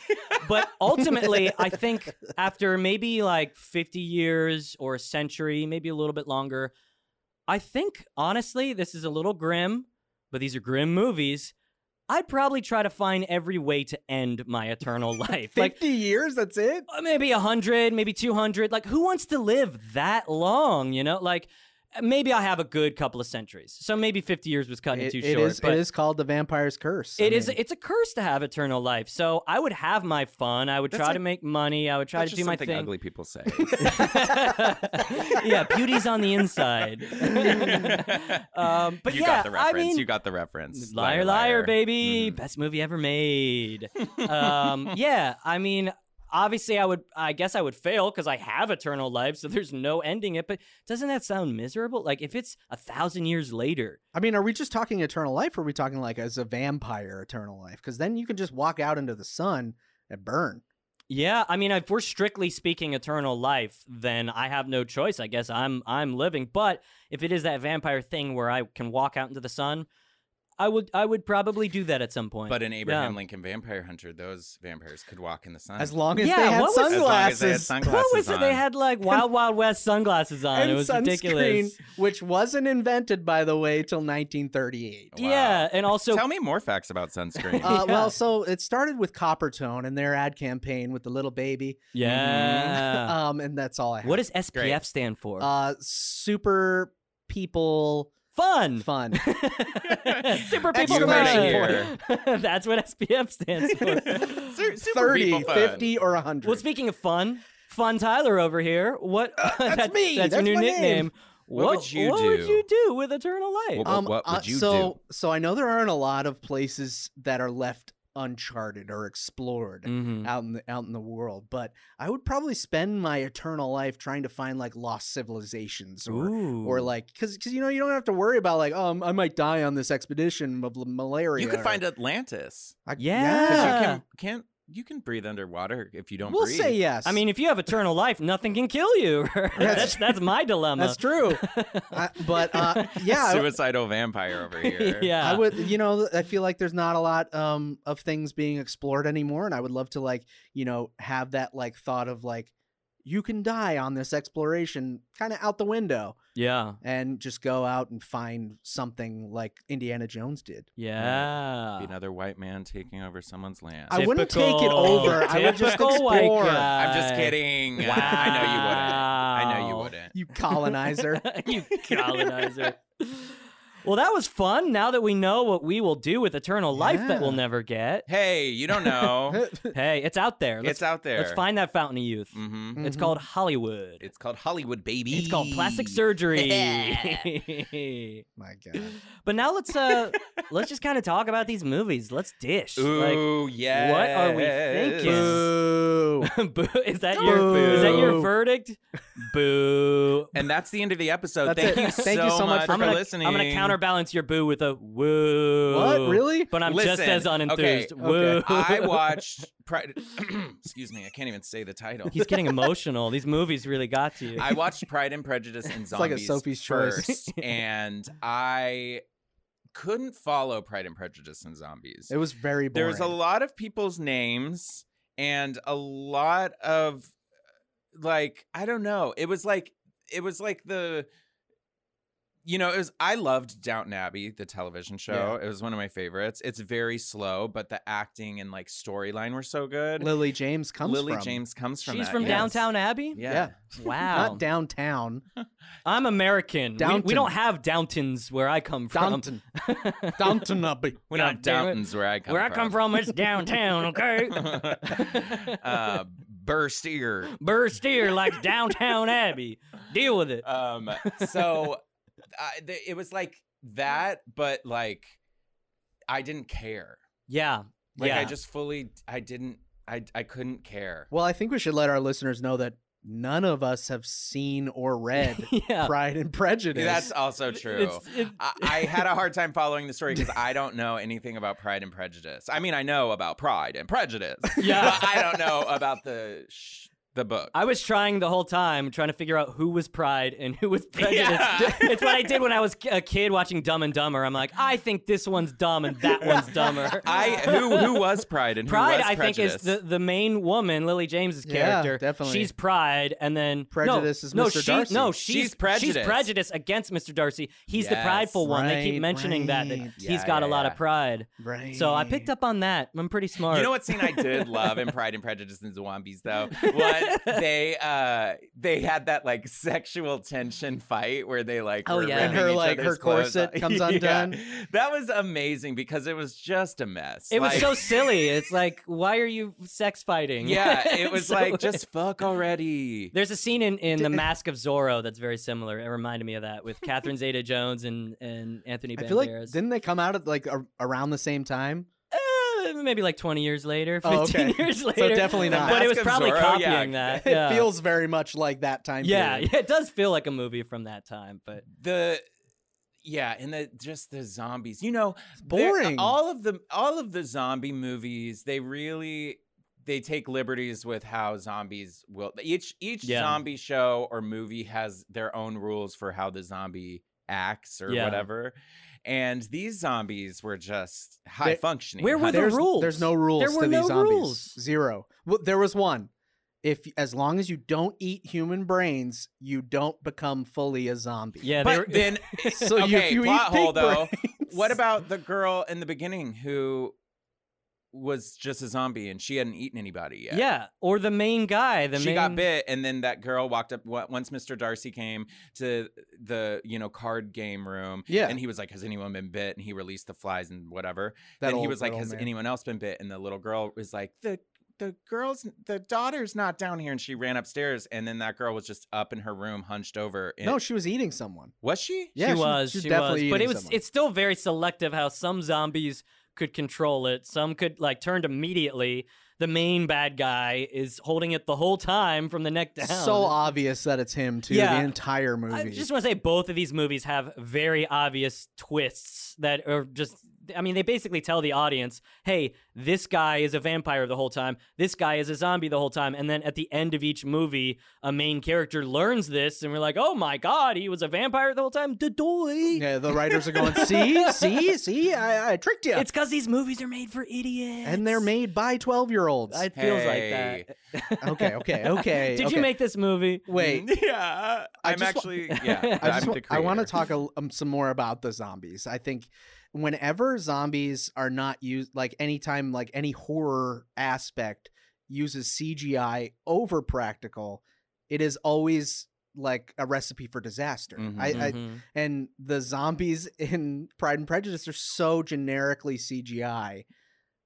Speaker 2: But ultimately, I think after maybe like 50 years or a century, maybe a little bit longer, I think honestly, this is a little grim, but these are grim movies. I'd probably try to find every way to end my eternal life. Like
Speaker 3: Fifty years? That's it?
Speaker 2: uh, maybe 100 maybe 200 like who wants to live that long you know like maybe i have a good couple of centuries so maybe 50 years was cutting it,
Speaker 3: It-
Speaker 2: too
Speaker 3: it
Speaker 2: short
Speaker 3: is.
Speaker 2: but
Speaker 3: It is called the vampire's curse.
Speaker 2: it is-
Speaker 3: I mean,
Speaker 2: it's a curse to have eternal life so i would have my fun i would
Speaker 1: That's
Speaker 2: try
Speaker 1: like-
Speaker 2: to make money i would try
Speaker 1: That's
Speaker 2: to
Speaker 1: just
Speaker 2: do my
Speaker 1: something
Speaker 2: thing
Speaker 1: ugly people say.
Speaker 2: yeah beauty's on the inside um, but
Speaker 1: you got
Speaker 2: yeah
Speaker 1: the
Speaker 2: i
Speaker 1: reference.
Speaker 2: mean
Speaker 1: you got the reference.
Speaker 2: Liar, liar, baby!
Speaker 1: Mhm.
Speaker 2: Best movie ever made. um, yeah, I mean, obviously, I would. I guess I would fail because I have eternal life, so there's no ending it. But doesn't that sound miserable? Like if it's a thousand years later,
Speaker 3: I mean, are we just talking eternal life, or are we talking like as a vampire eternal life? Because then you can just walk out into the sun and burn.
Speaker 2: yeah. I mean, if we're strictly speaking eternal life, then I have no choice. I guess I'm I'm living. But if it is that vampire thing where I can walk out into the sun, I would I would probably do that at some point.
Speaker 1: But in Abraham
Speaker 2: Yeah.
Speaker 1: Lincoln Vampire Hunter, those vampires could walk in the sun.
Speaker 3: As long as
Speaker 2: Yeah,
Speaker 3: they had
Speaker 2: what
Speaker 1: As
Speaker 2: was-
Speaker 1: long as
Speaker 3: sunglasses.
Speaker 1: they had sunglasses
Speaker 2: what was it? They
Speaker 1: on.
Speaker 2: had like Wild Wild West sunglasses on.
Speaker 3: and
Speaker 2: it was
Speaker 3: sunscreen,
Speaker 2: ridiculous.
Speaker 3: which wasn't invented by the way till 1938.
Speaker 1: Wow.
Speaker 2: Yeah, and also
Speaker 1: Tell me more facts about sunscreen.
Speaker 3: Uh,
Speaker 2: Oh, Yeah.
Speaker 3: Well, so it started with Coppertone and their ad campaign with the little baby,
Speaker 2: yeah.
Speaker 3: um, and that's all I have.
Speaker 2: Uh. what does SPF
Speaker 1: Great.
Speaker 2: stand for?
Speaker 3: uh, super people
Speaker 2: fun.
Speaker 3: fun?
Speaker 2: Super
Speaker 3: Extra
Speaker 2: people
Speaker 1: you made it
Speaker 2: fun. That's what SPF stands for.
Speaker 1: Su- super
Speaker 3: 30,
Speaker 1: people fun.
Speaker 3: 50, or 100.
Speaker 2: well, speaking of fun, Fun Tyler over here. What?
Speaker 3: that's
Speaker 2: That's, your
Speaker 3: me. That's
Speaker 2: new
Speaker 3: my
Speaker 2: nickname.
Speaker 3: name.
Speaker 1: What would you
Speaker 2: what
Speaker 1: do?
Speaker 2: would you do with Eternal Life?
Speaker 1: What-
Speaker 3: um,
Speaker 1: what would
Speaker 3: uh,
Speaker 1: you
Speaker 3: so, So I know there aren't a lot of places that are left uncharted or explored.
Speaker 1: Mm-hmm.
Speaker 2: Mhm.
Speaker 3: out in the out in the world. But I would probably spend my eternal life trying to find like lost civilizations or
Speaker 2: Ooh.
Speaker 3: or like because because you know you don't have to worry about like um I might die on this expedition of l- malaria.
Speaker 1: You could
Speaker 3: or-
Speaker 1: find Atlantis.
Speaker 3: I-
Speaker 2: Yeah.
Speaker 1: 'Cause
Speaker 2: Yeah.
Speaker 1: You can, can't you can breathe underwater if you don't
Speaker 3: we'll
Speaker 1: breathe.
Speaker 3: say yes.
Speaker 2: I mean, if you have eternal life, nothing can kill you. that's, that's my dilemma.
Speaker 3: that's true. I, but uh, yeah. I-
Speaker 1: Suicidal vampire over here.
Speaker 2: yeah.
Speaker 3: I would, you know, I feel like there's not a lot um, of things being explored anymore, and I would love to, like, you know, have that like thought of like, you can die on this exploration, kind of out the window.
Speaker 2: Yeah.
Speaker 3: and just go out and find something like Indiana Jones did.
Speaker 2: Yeah.
Speaker 1: Be Another white man taking over someone's land.
Speaker 3: I wouldn't take it over. I would just
Speaker 2: Typical white
Speaker 3: explore.
Speaker 2: guy.
Speaker 1: I'm just kidding.
Speaker 2: Wow.
Speaker 1: I know you wouldn't.
Speaker 3: You colonizer.
Speaker 2: you colonizer. Well, that was fun. Now that we know what we will do with eternal life that we'll
Speaker 3: Yeah.
Speaker 2: never get.
Speaker 1: Hey, you don't know.
Speaker 2: Hey, it's out there. Mm-hmm. Let's,
Speaker 1: it's out there.
Speaker 2: Let's find that fountain of youth.
Speaker 1: hmm
Speaker 2: It's
Speaker 3: Mhm.
Speaker 2: called Hollywood.
Speaker 1: It's called Hollywood, baby.
Speaker 2: It's called plastic surgery.
Speaker 3: My God.
Speaker 2: but now let's uh let's just kind of talk about these movies. Let's dish.
Speaker 1: Ooh, yeah.
Speaker 2: what are we thinking?
Speaker 3: Boo.
Speaker 2: Like boo, is that
Speaker 1: Don't
Speaker 2: your is that your
Speaker 3: boo.
Speaker 2: verdict? boo.
Speaker 1: And that's the end of the episode.
Speaker 3: That's
Speaker 1: Thank
Speaker 3: it.
Speaker 1: you
Speaker 3: Thank you so much for
Speaker 1: for
Speaker 2: I'm gonna,
Speaker 1: listening.
Speaker 2: I'm gonna counterbalance your boo with a woo.
Speaker 3: What? Really?
Speaker 2: But I'm just
Speaker 1: Listen,
Speaker 2: as
Speaker 1: okay,
Speaker 2: unenthused.
Speaker 1: okay.
Speaker 2: Woo.
Speaker 1: I watched. Pride, excuse me, I can't even say the title.
Speaker 2: He's getting emotional. These movies really got to you.
Speaker 1: I watched Pride and Prejudice and Zombies
Speaker 3: like a Sophie's Choice.
Speaker 1: first, and I couldn't follow Pride and Prejudice and Zombies.
Speaker 3: It was very
Speaker 1: There
Speaker 3: boring.
Speaker 1: was a lot of people's names and a lot of like I don't know. It was like it was like the you know, it was I loved Downton Abbey, the television show. It was one of my favorites. It's very slow, but the acting and like storyline were so good.
Speaker 3: Lily James comes
Speaker 1: Lily
Speaker 3: from.
Speaker 1: James comes from
Speaker 2: She's
Speaker 1: that,
Speaker 2: from
Speaker 1: yes.
Speaker 2: downtown Abbey.
Speaker 1: Yeah.
Speaker 3: Yeah.
Speaker 2: Wow.
Speaker 3: Not downtown.
Speaker 2: I'm American. We- We,
Speaker 3: Downton.
Speaker 2: don't have Downtons where I come from.
Speaker 3: Downton. Downton Abbey.
Speaker 1: We don't have
Speaker 2: God damn it.
Speaker 1: Downtons where I come
Speaker 2: Where
Speaker 1: from.
Speaker 2: I come from, it's downtown. Okay.
Speaker 1: uh, burst ear.
Speaker 2: Burst here like downtown Abbey. Deal with it.
Speaker 1: Um, so I, th- it was like that, but like I didn't care.
Speaker 2: Yeah.
Speaker 1: Like
Speaker 2: yeah.
Speaker 1: I just fully, I didn't, I, I couldn't care.
Speaker 3: Well, I think we should let our listeners know that none of us have seen or read
Speaker 2: yeah.
Speaker 3: Pride and Prejudice.
Speaker 1: That's also true.
Speaker 2: It's- it-
Speaker 1: I, I had a hard time following the story because I don't know anything about Pride and Prejudice. I mean, I know about Pride and Prejudice.
Speaker 2: Yeah.
Speaker 1: but I don't know about the sh- the book.
Speaker 2: I was trying the whole time trying to figure out who was Pride and who was Prejudice.
Speaker 1: Yeah.
Speaker 2: it's what I did when I was a kid watching Dumb and Dumber. I'm like, I think this one's dumb and that one's dumber.
Speaker 1: I who who was Pride and who
Speaker 2: Pride,
Speaker 1: was
Speaker 2: I think, is
Speaker 1: Prejudice?
Speaker 2: the, the main woman, Lily James's
Speaker 3: Yeah,
Speaker 2: character.
Speaker 3: definitely.
Speaker 2: She's Pride, and then
Speaker 3: Prejudice
Speaker 2: no,
Speaker 3: is
Speaker 2: no,
Speaker 3: Mr.
Speaker 2: She,
Speaker 3: Darcy.
Speaker 2: No,
Speaker 1: She's
Speaker 2: she's,
Speaker 1: Prejudice.
Speaker 2: prejudice against Mr. Darcy. He's the
Speaker 1: Yes.
Speaker 2: prideful one. they keep
Speaker 3: Right,
Speaker 2: mentioning that, that
Speaker 3: right.
Speaker 2: he's
Speaker 1: Yeah,
Speaker 2: got
Speaker 1: yeah,
Speaker 2: a lot
Speaker 1: yeah.
Speaker 2: of pride.
Speaker 3: right.
Speaker 2: So I picked up on that. I'm pretty smart.
Speaker 1: You know what scene I did love in Pride and Prejudice and Zombies though? What they uh they had that like sexual tension fight where they like
Speaker 2: Oh,
Speaker 1: were
Speaker 2: yeah.
Speaker 1: ripping
Speaker 2: And
Speaker 3: her,
Speaker 1: each
Speaker 3: like,
Speaker 1: other's
Speaker 3: her
Speaker 1: clothes
Speaker 3: corset
Speaker 1: off.
Speaker 3: comes
Speaker 1: Yeah.
Speaker 3: undone.
Speaker 1: That was amazing because it was just a mess.
Speaker 2: It was
Speaker 1: Like,
Speaker 2: so silly. It's like, why are you sex fighting?
Speaker 1: Yeah, it
Speaker 2: It's
Speaker 1: was
Speaker 2: so
Speaker 1: like
Speaker 2: weird.
Speaker 1: just fuck already.
Speaker 2: There's a scene in, in The
Speaker 3: Did-
Speaker 2: Mask of Zorro that's very similar. It reminded me of that with Catherine Zeta Jones and, and Anthony
Speaker 3: I
Speaker 2: Banderas.
Speaker 3: feel like didn't they come out at like a, around the same time?
Speaker 2: Uh, maybe like 20 years later, 15
Speaker 3: Oh, okay.
Speaker 2: years
Speaker 3: So
Speaker 2: later.
Speaker 3: definitely not.
Speaker 2: But it was
Speaker 1: Mask of
Speaker 2: probably
Speaker 1: Zorro, yeah.
Speaker 2: copying that.
Speaker 3: It
Speaker 2: Yeah.
Speaker 3: feels very much like that time.
Speaker 2: yeah,
Speaker 3: period.
Speaker 2: yeah, it does feel like a movie from that time, but
Speaker 1: the yeah and the just the zombies you know it's
Speaker 3: boring.
Speaker 1: uh, all of the all of the zombie movies they really they take liberties with how zombies will each each
Speaker 2: Yeah.
Speaker 1: zombie show or movie has their own rules for how the zombie acts or
Speaker 2: Yeah.
Speaker 1: whatever and these zombies were just high functioning
Speaker 2: where were
Speaker 1: high-
Speaker 2: the
Speaker 3: There's,
Speaker 2: rules.
Speaker 3: There's no rules.
Speaker 2: There were
Speaker 3: to
Speaker 2: no
Speaker 3: these zombies.
Speaker 2: rules.
Speaker 3: Zero. Well, there was one. If as long as you don't eat human brains, you don't become fully a zombie.
Speaker 2: yeah, they
Speaker 1: but
Speaker 2: were,
Speaker 1: then
Speaker 3: So you-
Speaker 1: okay
Speaker 3: if you
Speaker 1: plot
Speaker 3: eat pig
Speaker 1: hole though
Speaker 3: brains-
Speaker 1: what about the girl in the beginning who was just a zombie and she hadn't eaten anybody yet
Speaker 2: yeah, or the main guy, the
Speaker 1: she
Speaker 2: main
Speaker 1: got bit, and then that girl walked up. wa- Once Mr. Darcy came to the you know card game room,
Speaker 3: Yeah.
Speaker 1: and he was like, "Has anyone been bit?" And he released the flies and whatever.
Speaker 3: That
Speaker 1: then he
Speaker 3: old-
Speaker 1: was like,
Speaker 3: that old
Speaker 1: "Has
Speaker 3: man.
Speaker 1: anyone else been bit?" And the little girl was like, "the The girl's the daughter's not down here," and she ran upstairs. And then that girl was just up in her room, hunched over. And,
Speaker 3: No, she was eating someone.
Speaker 1: was she?
Speaker 3: Yeah,
Speaker 2: she was,
Speaker 3: She's
Speaker 2: she
Speaker 3: definitely
Speaker 2: was, but
Speaker 3: eating
Speaker 2: it was
Speaker 3: someone.
Speaker 2: it's still very selective how some zombies could control it. Some could like turned immediately. The main bad guy is holding it the whole time from the neck down.
Speaker 3: so obvious that it's him too.
Speaker 2: Yeah.
Speaker 3: The entire movie.
Speaker 2: I just want to say both of these movies have very obvious twists that are just. I mean, they basically tell the audience, "Hey, this guy is a vampire the whole time. This guy is a zombie the whole time." And then at the end of each movie, a main character learns this, and we're like, "Oh my god, he was a vampire the whole time." Dodoy.
Speaker 3: yeah, the writers are going, see, see, see, I, I tricked you.
Speaker 2: It's because these movies are made for idiots,
Speaker 3: and they're made by 12 year olds.
Speaker 2: It feels
Speaker 1: Hey.
Speaker 2: like that.
Speaker 3: Okay, okay, okay.
Speaker 2: Did
Speaker 3: okay.
Speaker 2: you make this movie?
Speaker 3: Wait.
Speaker 1: yeah.
Speaker 3: I
Speaker 1: I'm
Speaker 3: just wa-
Speaker 1: actually yeah.
Speaker 3: I,
Speaker 1: I'm
Speaker 3: just, wa-
Speaker 1: the
Speaker 3: I want to
Speaker 1: creator.
Speaker 3: talk a, um, some more about the zombies. I think whenever zombies are not used, like anytime, like any horror aspect uses CGI over practical, it is always like a recipe for disaster.
Speaker 1: Mhm.
Speaker 3: I, I
Speaker 2: Mhm.
Speaker 3: and the zombies in Pride and Prejudice are so generically CGI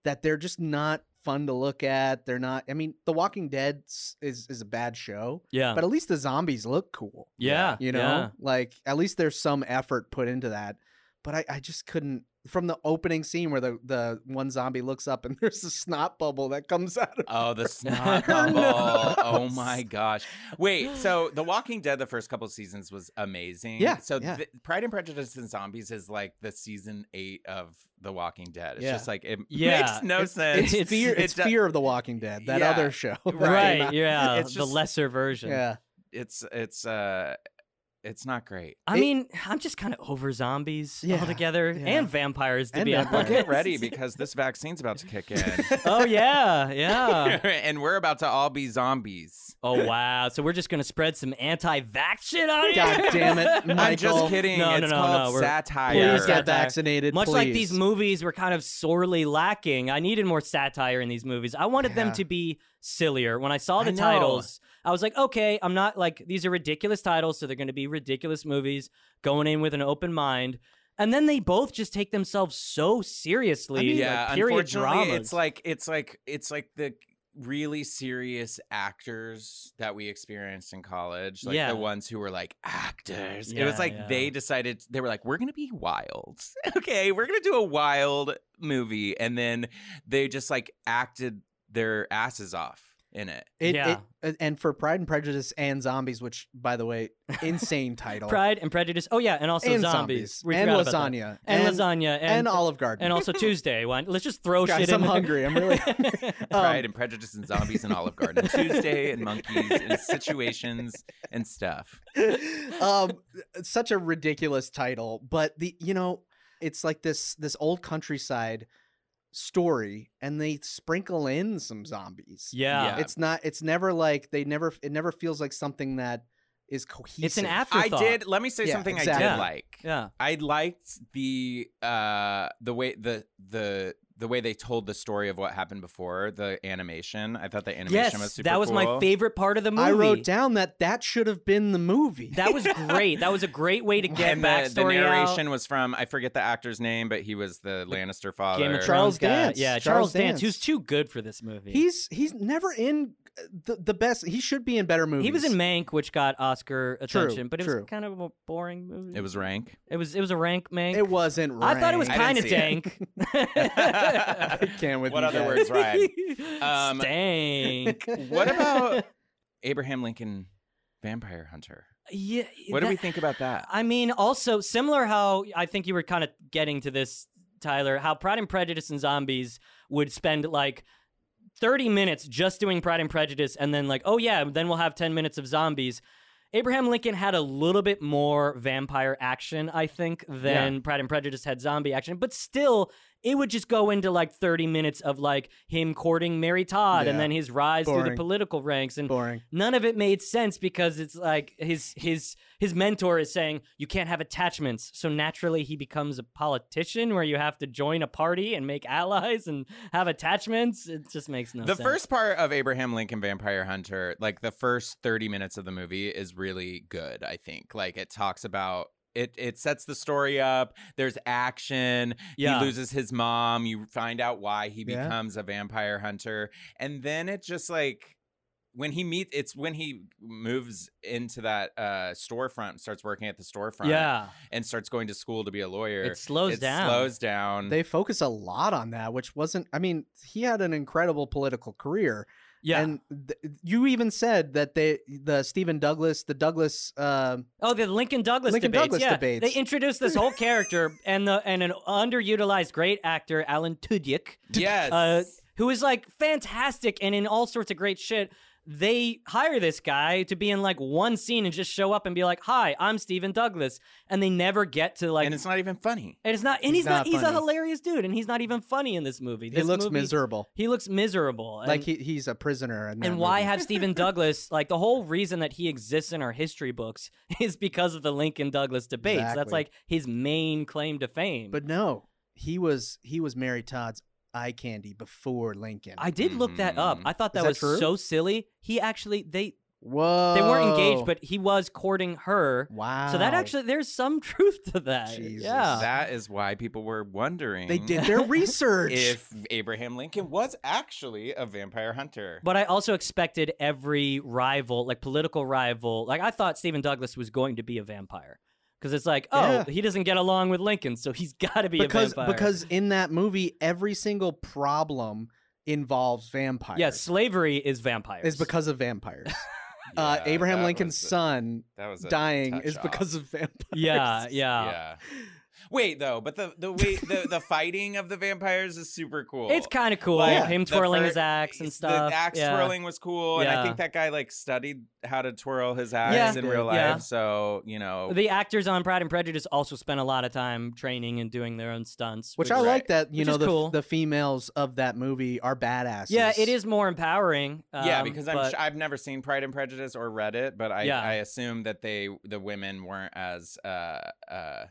Speaker 3: that they're just not fun to look at. They're not. I mean, The Walking Dead s- is is a bad show,
Speaker 2: yeah.
Speaker 3: but at least the zombies look cool.
Speaker 2: yeah,
Speaker 3: You know,
Speaker 2: yeah.
Speaker 3: like at least there's some effort put into that. But I, I just couldn't from the opening scene where the the one zombie looks up and there's a snot bubble that comes out of.
Speaker 1: Oh, the snot
Speaker 3: Her
Speaker 1: bubble. Oh
Speaker 3: nose.
Speaker 1: my gosh. Wait, so The Walking Dead, the first couple seasons was amazing.
Speaker 3: Yeah,
Speaker 1: So
Speaker 3: yeah.
Speaker 1: th- Pride and Prejudice and Zombies is like the season eight of The Walking Dead. It's
Speaker 3: Yeah.
Speaker 1: just like, it
Speaker 2: Yeah.
Speaker 1: makes no sense.
Speaker 3: It's,
Speaker 2: It's-
Speaker 3: fear.
Speaker 1: it
Speaker 3: It's
Speaker 1: do-
Speaker 3: fear of the Walking Dead. That
Speaker 1: Yeah.
Speaker 3: other show. that came
Speaker 1: Right.
Speaker 2: Right,
Speaker 3: out.
Speaker 2: yeah,
Speaker 1: It's
Speaker 2: the
Speaker 1: just-
Speaker 2: lesser version.
Speaker 3: Yeah.
Speaker 1: It's, it's, uh, it's not great.
Speaker 2: I
Speaker 3: It-
Speaker 2: mean, I'm just kind of over zombies
Speaker 3: Yeah,
Speaker 2: altogether
Speaker 3: yeah.
Speaker 2: and vampires, to
Speaker 3: And
Speaker 2: be
Speaker 3: vampires.
Speaker 2: honest.
Speaker 1: Get ready because this vaccine's about to kick in.
Speaker 2: oh yeah, yeah.
Speaker 1: and we're about to all be zombies.
Speaker 2: Oh wow. So we're just gonna spread some anti-vax shit on you.
Speaker 3: God damn it, Michael.
Speaker 1: I'm just kidding.
Speaker 2: No, no,
Speaker 1: it's
Speaker 2: no, no,
Speaker 1: called
Speaker 2: we're-
Speaker 1: satire.
Speaker 3: Please
Speaker 2: Please
Speaker 3: get
Speaker 2: satire.
Speaker 3: vaccinated.
Speaker 2: Much like these
Speaker 3: please.
Speaker 2: movies were kind of sorely lacking. I needed more satire in these movies. I wanted
Speaker 3: Yeah.
Speaker 2: them to be sillier. When I saw
Speaker 1: I
Speaker 2: the
Speaker 1: know.
Speaker 2: titles, I was like, okay, I'm not like these are ridiculous titles, so they're going to be ridiculous movies. Going in with an open mind, and then they both just take themselves so seriously. like,
Speaker 1: yeah,
Speaker 2: period
Speaker 1: unfortunately,
Speaker 2: dramas.
Speaker 1: it's like it's like it's like the really serious actors that we experienced in college, like
Speaker 2: Yeah.
Speaker 1: the ones who were like actors. it
Speaker 2: Yeah,
Speaker 1: was like
Speaker 2: yeah.
Speaker 1: they decided they were like, we're gonna be wild, okay, we're gonna do a wild movie, and then they just like acted their asses off. in it.
Speaker 3: It,
Speaker 2: Yeah.
Speaker 3: it- and for Pride and Prejudice and Zombies, which by the way, insane title.
Speaker 2: Pride and Prejudice. Oh yeah, and also
Speaker 3: and
Speaker 2: zombies. We
Speaker 3: and
Speaker 2: forgot about that.
Speaker 3: lasagna
Speaker 2: And, lasagna
Speaker 3: and,
Speaker 2: and
Speaker 3: Olive Garden.
Speaker 2: and also Tuesday. Why, let's just throw
Speaker 3: Guys,
Speaker 2: shit in
Speaker 3: I'm
Speaker 2: there.
Speaker 3: hungry. I'm really hungry. Um,
Speaker 1: Pride and Prejudice and Zombies and Olive Garden, Tuesday and Monkeys and Situations and stuff.
Speaker 3: um, such a ridiculous title, but the you know, it's like this this old countryside story, and they sprinkle in some zombies.
Speaker 2: yeah.
Speaker 1: Yeah.
Speaker 3: it's not. It's never like they never. It never feels like something that is cohesive.
Speaker 2: It's an
Speaker 1: I
Speaker 2: afterthought.
Speaker 1: did. Let me say
Speaker 3: Yeah,
Speaker 1: something
Speaker 3: exactly.
Speaker 1: I
Speaker 2: Yeah.
Speaker 1: did like.
Speaker 2: Yeah.
Speaker 1: I liked the uh the way the the the way they told the story of what happened before the animation. I thought the animation
Speaker 2: Yes,
Speaker 1: was super
Speaker 2: that was my
Speaker 1: cool.
Speaker 2: favorite part of the movie.
Speaker 3: I wrote down that that should have been the movie.
Speaker 2: That was great. That was a great way to get
Speaker 1: And the,
Speaker 2: backstory
Speaker 1: the
Speaker 2: out.
Speaker 1: narration was from I forget the actor's name, but he was the Lannister father.
Speaker 2: Game of Thrones
Speaker 3: Charles
Speaker 2: guy.
Speaker 3: Dance.
Speaker 2: Yeah, Charles,
Speaker 3: Charles
Speaker 2: Dance,
Speaker 3: Dance.
Speaker 2: who's too good for this movie.
Speaker 3: he's he's never in uh, the, the best. He should be in better movies.
Speaker 2: he was in Mank, which got Oscar
Speaker 3: True,
Speaker 2: attention, but it
Speaker 3: true.
Speaker 2: was kind of a boring movie.
Speaker 1: It was rank.
Speaker 2: It was. It was a rank Mank.
Speaker 3: It wasn't.
Speaker 2: I thought it was
Speaker 1: I
Speaker 3: ranked.
Speaker 1: didn't
Speaker 2: kind of
Speaker 1: see it.
Speaker 2: dank.
Speaker 3: I can't with
Speaker 1: What
Speaker 3: you
Speaker 1: other
Speaker 3: guys.
Speaker 1: words rhyme? Um,
Speaker 2: Stank.
Speaker 1: What about Abraham Lincoln, Vampire Hunter?
Speaker 2: Yeah.
Speaker 1: What do
Speaker 2: that-
Speaker 1: we think about that?
Speaker 2: I mean, also similar how I think you were kind of getting to this, Tyler, how Pride and Prejudice and Zombies would spend like 30 minutes just doing Pride and Prejudice and then, like, oh yeah, then we'll have 10 minutes of zombies. Abraham Lincoln had a little bit more vampire action, I think, than Pride and Prejudice had zombie action, but still. It would just go into like 30 minutes of like him courting Mary Todd and
Speaker 3: Yeah.
Speaker 2: then his rise through the
Speaker 3: Boring.
Speaker 2: political ranks and
Speaker 3: Boring.
Speaker 2: none of it made sense because it's like his his his mentor is saying you can't have attachments so naturally he becomes a politician where you have to join a party and make allies and have attachments it just makes no
Speaker 1: the
Speaker 2: sense
Speaker 1: first part of Abraham Lincoln Vampire Hunter, like the first 30 minutes of the movie is really good, I think. Like it talks about it it sets the story up. There's action.
Speaker 2: Yeah.
Speaker 1: He loses his mom. You find out why he
Speaker 3: Yeah.
Speaker 1: becomes a vampire hunter. And then it just like when he meet it's when he moves into that uh storefront and starts working at the storefront
Speaker 2: yeah
Speaker 1: and starts going to school to be a lawyer.
Speaker 2: it slows
Speaker 1: it
Speaker 2: down
Speaker 1: slows
Speaker 2: Mm.
Speaker 1: down.
Speaker 3: They focus a lot on that, which wasn't. I mean, he had an incredible political career,
Speaker 2: yeah
Speaker 3: and th- you even said that they, the Stephen Douglas, the Douglas, uh,
Speaker 2: oh the lincoln douglas
Speaker 3: Lincoln
Speaker 2: debates
Speaker 3: Douglas
Speaker 2: yeah
Speaker 3: debates.
Speaker 2: they introduced this whole character and the and an underutilized great actor alan tudyk
Speaker 1: yes.
Speaker 2: uh, who is like fantastic and in all sorts of great shit. They hire this guy to be in like one scene and just show up and be like, "Hi, I'm Stephen Douglas," and they never get to like.
Speaker 1: and it's not even funny.
Speaker 2: and it's not- and he's,
Speaker 3: He's
Speaker 2: not.
Speaker 3: not
Speaker 2: He's a
Speaker 3: funny.
Speaker 2: hilarious dude, and he's not even funny in this movie.
Speaker 3: he
Speaker 2: This
Speaker 3: looks
Speaker 2: movie-
Speaker 3: miserable,
Speaker 2: He looks miserable.
Speaker 3: like
Speaker 2: and-
Speaker 3: he, he's a prisoner. in that
Speaker 2: and why
Speaker 3: movie.
Speaker 2: have Stephen Douglas like the whole reason that he exists in our history books is because of the Lincoln Douglas debates. That's
Speaker 3: Exactly.
Speaker 2: like his main claim to fame.
Speaker 3: But no, he was he was Mary Todd's eye candy before Lincoln.
Speaker 2: I did look that up.
Speaker 1: Mm.
Speaker 2: I thought
Speaker 3: Mm-hmm. Is
Speaker 2: that
Speaker 3: that
Speaker 2: was
Speaker 3: true?
Speaker 2: so silly. He actually they
Speaker 3: Whoa,
Speaker 2: they weren't engaged, but he was courting her.
Speaker 3: Oh. wow.
Speaker 2: So that actually, there's some truth to that.
Speaker 3: Jesus.
Speaker 2: Yeah.
Speaker 1: That is why people were wondering
Speaker 3: they did their research.
Speaker 1: if Abraham Lincoln was actually a vampire hunter.
Speaker 2: but I also expected every rival, like political rival, like I thought Stephen Douglas was going to be a vampire. Because it's like, oh,
Speaker 3: Yeah.
Speaker 2: he doesn't get along with Lincoln, so he's got to be
Speaker 3: because
Speaker 2: a vampire.
Speaker 3: because in that movie, every single problem involves vampires.
Speaker 2: yeah, slavery is vampires.
Speaker 3: is because of vampires. uh,
Speaker 1: Yeah,
Speaker 3: Abraham
Speaker 1: that
Speaker 3: Lincoln's
Speaker 1: was a-
Speaker 3: son
Speaker 1: that was a
Speaker 3: dying
Speaker 1: touch
Speaker 3: is
Speaker 1: off.
Speaker 3: because of vampires.
Speaker 2: yeah, yeah,
Speaker 1: yeah. Wait though, but the the way the, the fighting of the vampires is super cool.
Speaker 2: It's kind of cool.
Speaker 1: Like,
Speaker 2: Him
Speaker 1: the
Speaker 2: twirling
Speaker 1: fir-
Speaker 2: his axe and
Speaker 1: the
Speaker 2: stuff.
Speaker 1: axe
Speaker 2: yeah.
Speaker 1: twirling was cool, and
Speaker 2: Yeah.
Speaker 1: I think that guy like studied how to twirl his axe
Speaker 2: Yeah.
Speaker 1: in real life.
Speaker 2: Yeah.
Speaker 1: So you know,
Speaker 2: The actors on Pride and Prejudice also spent a lot of time training and doing their own stunts,
Speaker 3: Which I
Speaker 1: Right.
Speaker 3: like that you
Speaker 2: Which
Speaker 3: know
Speaker 2: is
Speaker 3: the,
Speaker 2: cool.
Speaker 3: the females of that movie are badasses.
Speaker 2: Yeah, it is more empowering.
Speaker 1: yeah,
Speaker 2: um,
Speaker 1: because I'm
Speaker 2: but-
Speaker 1: sh- I've never seen Pride and Prejudice or read it, but I
Speaker 2: Yeah.
Speaker 1: I assume that they the women weren't as uh uh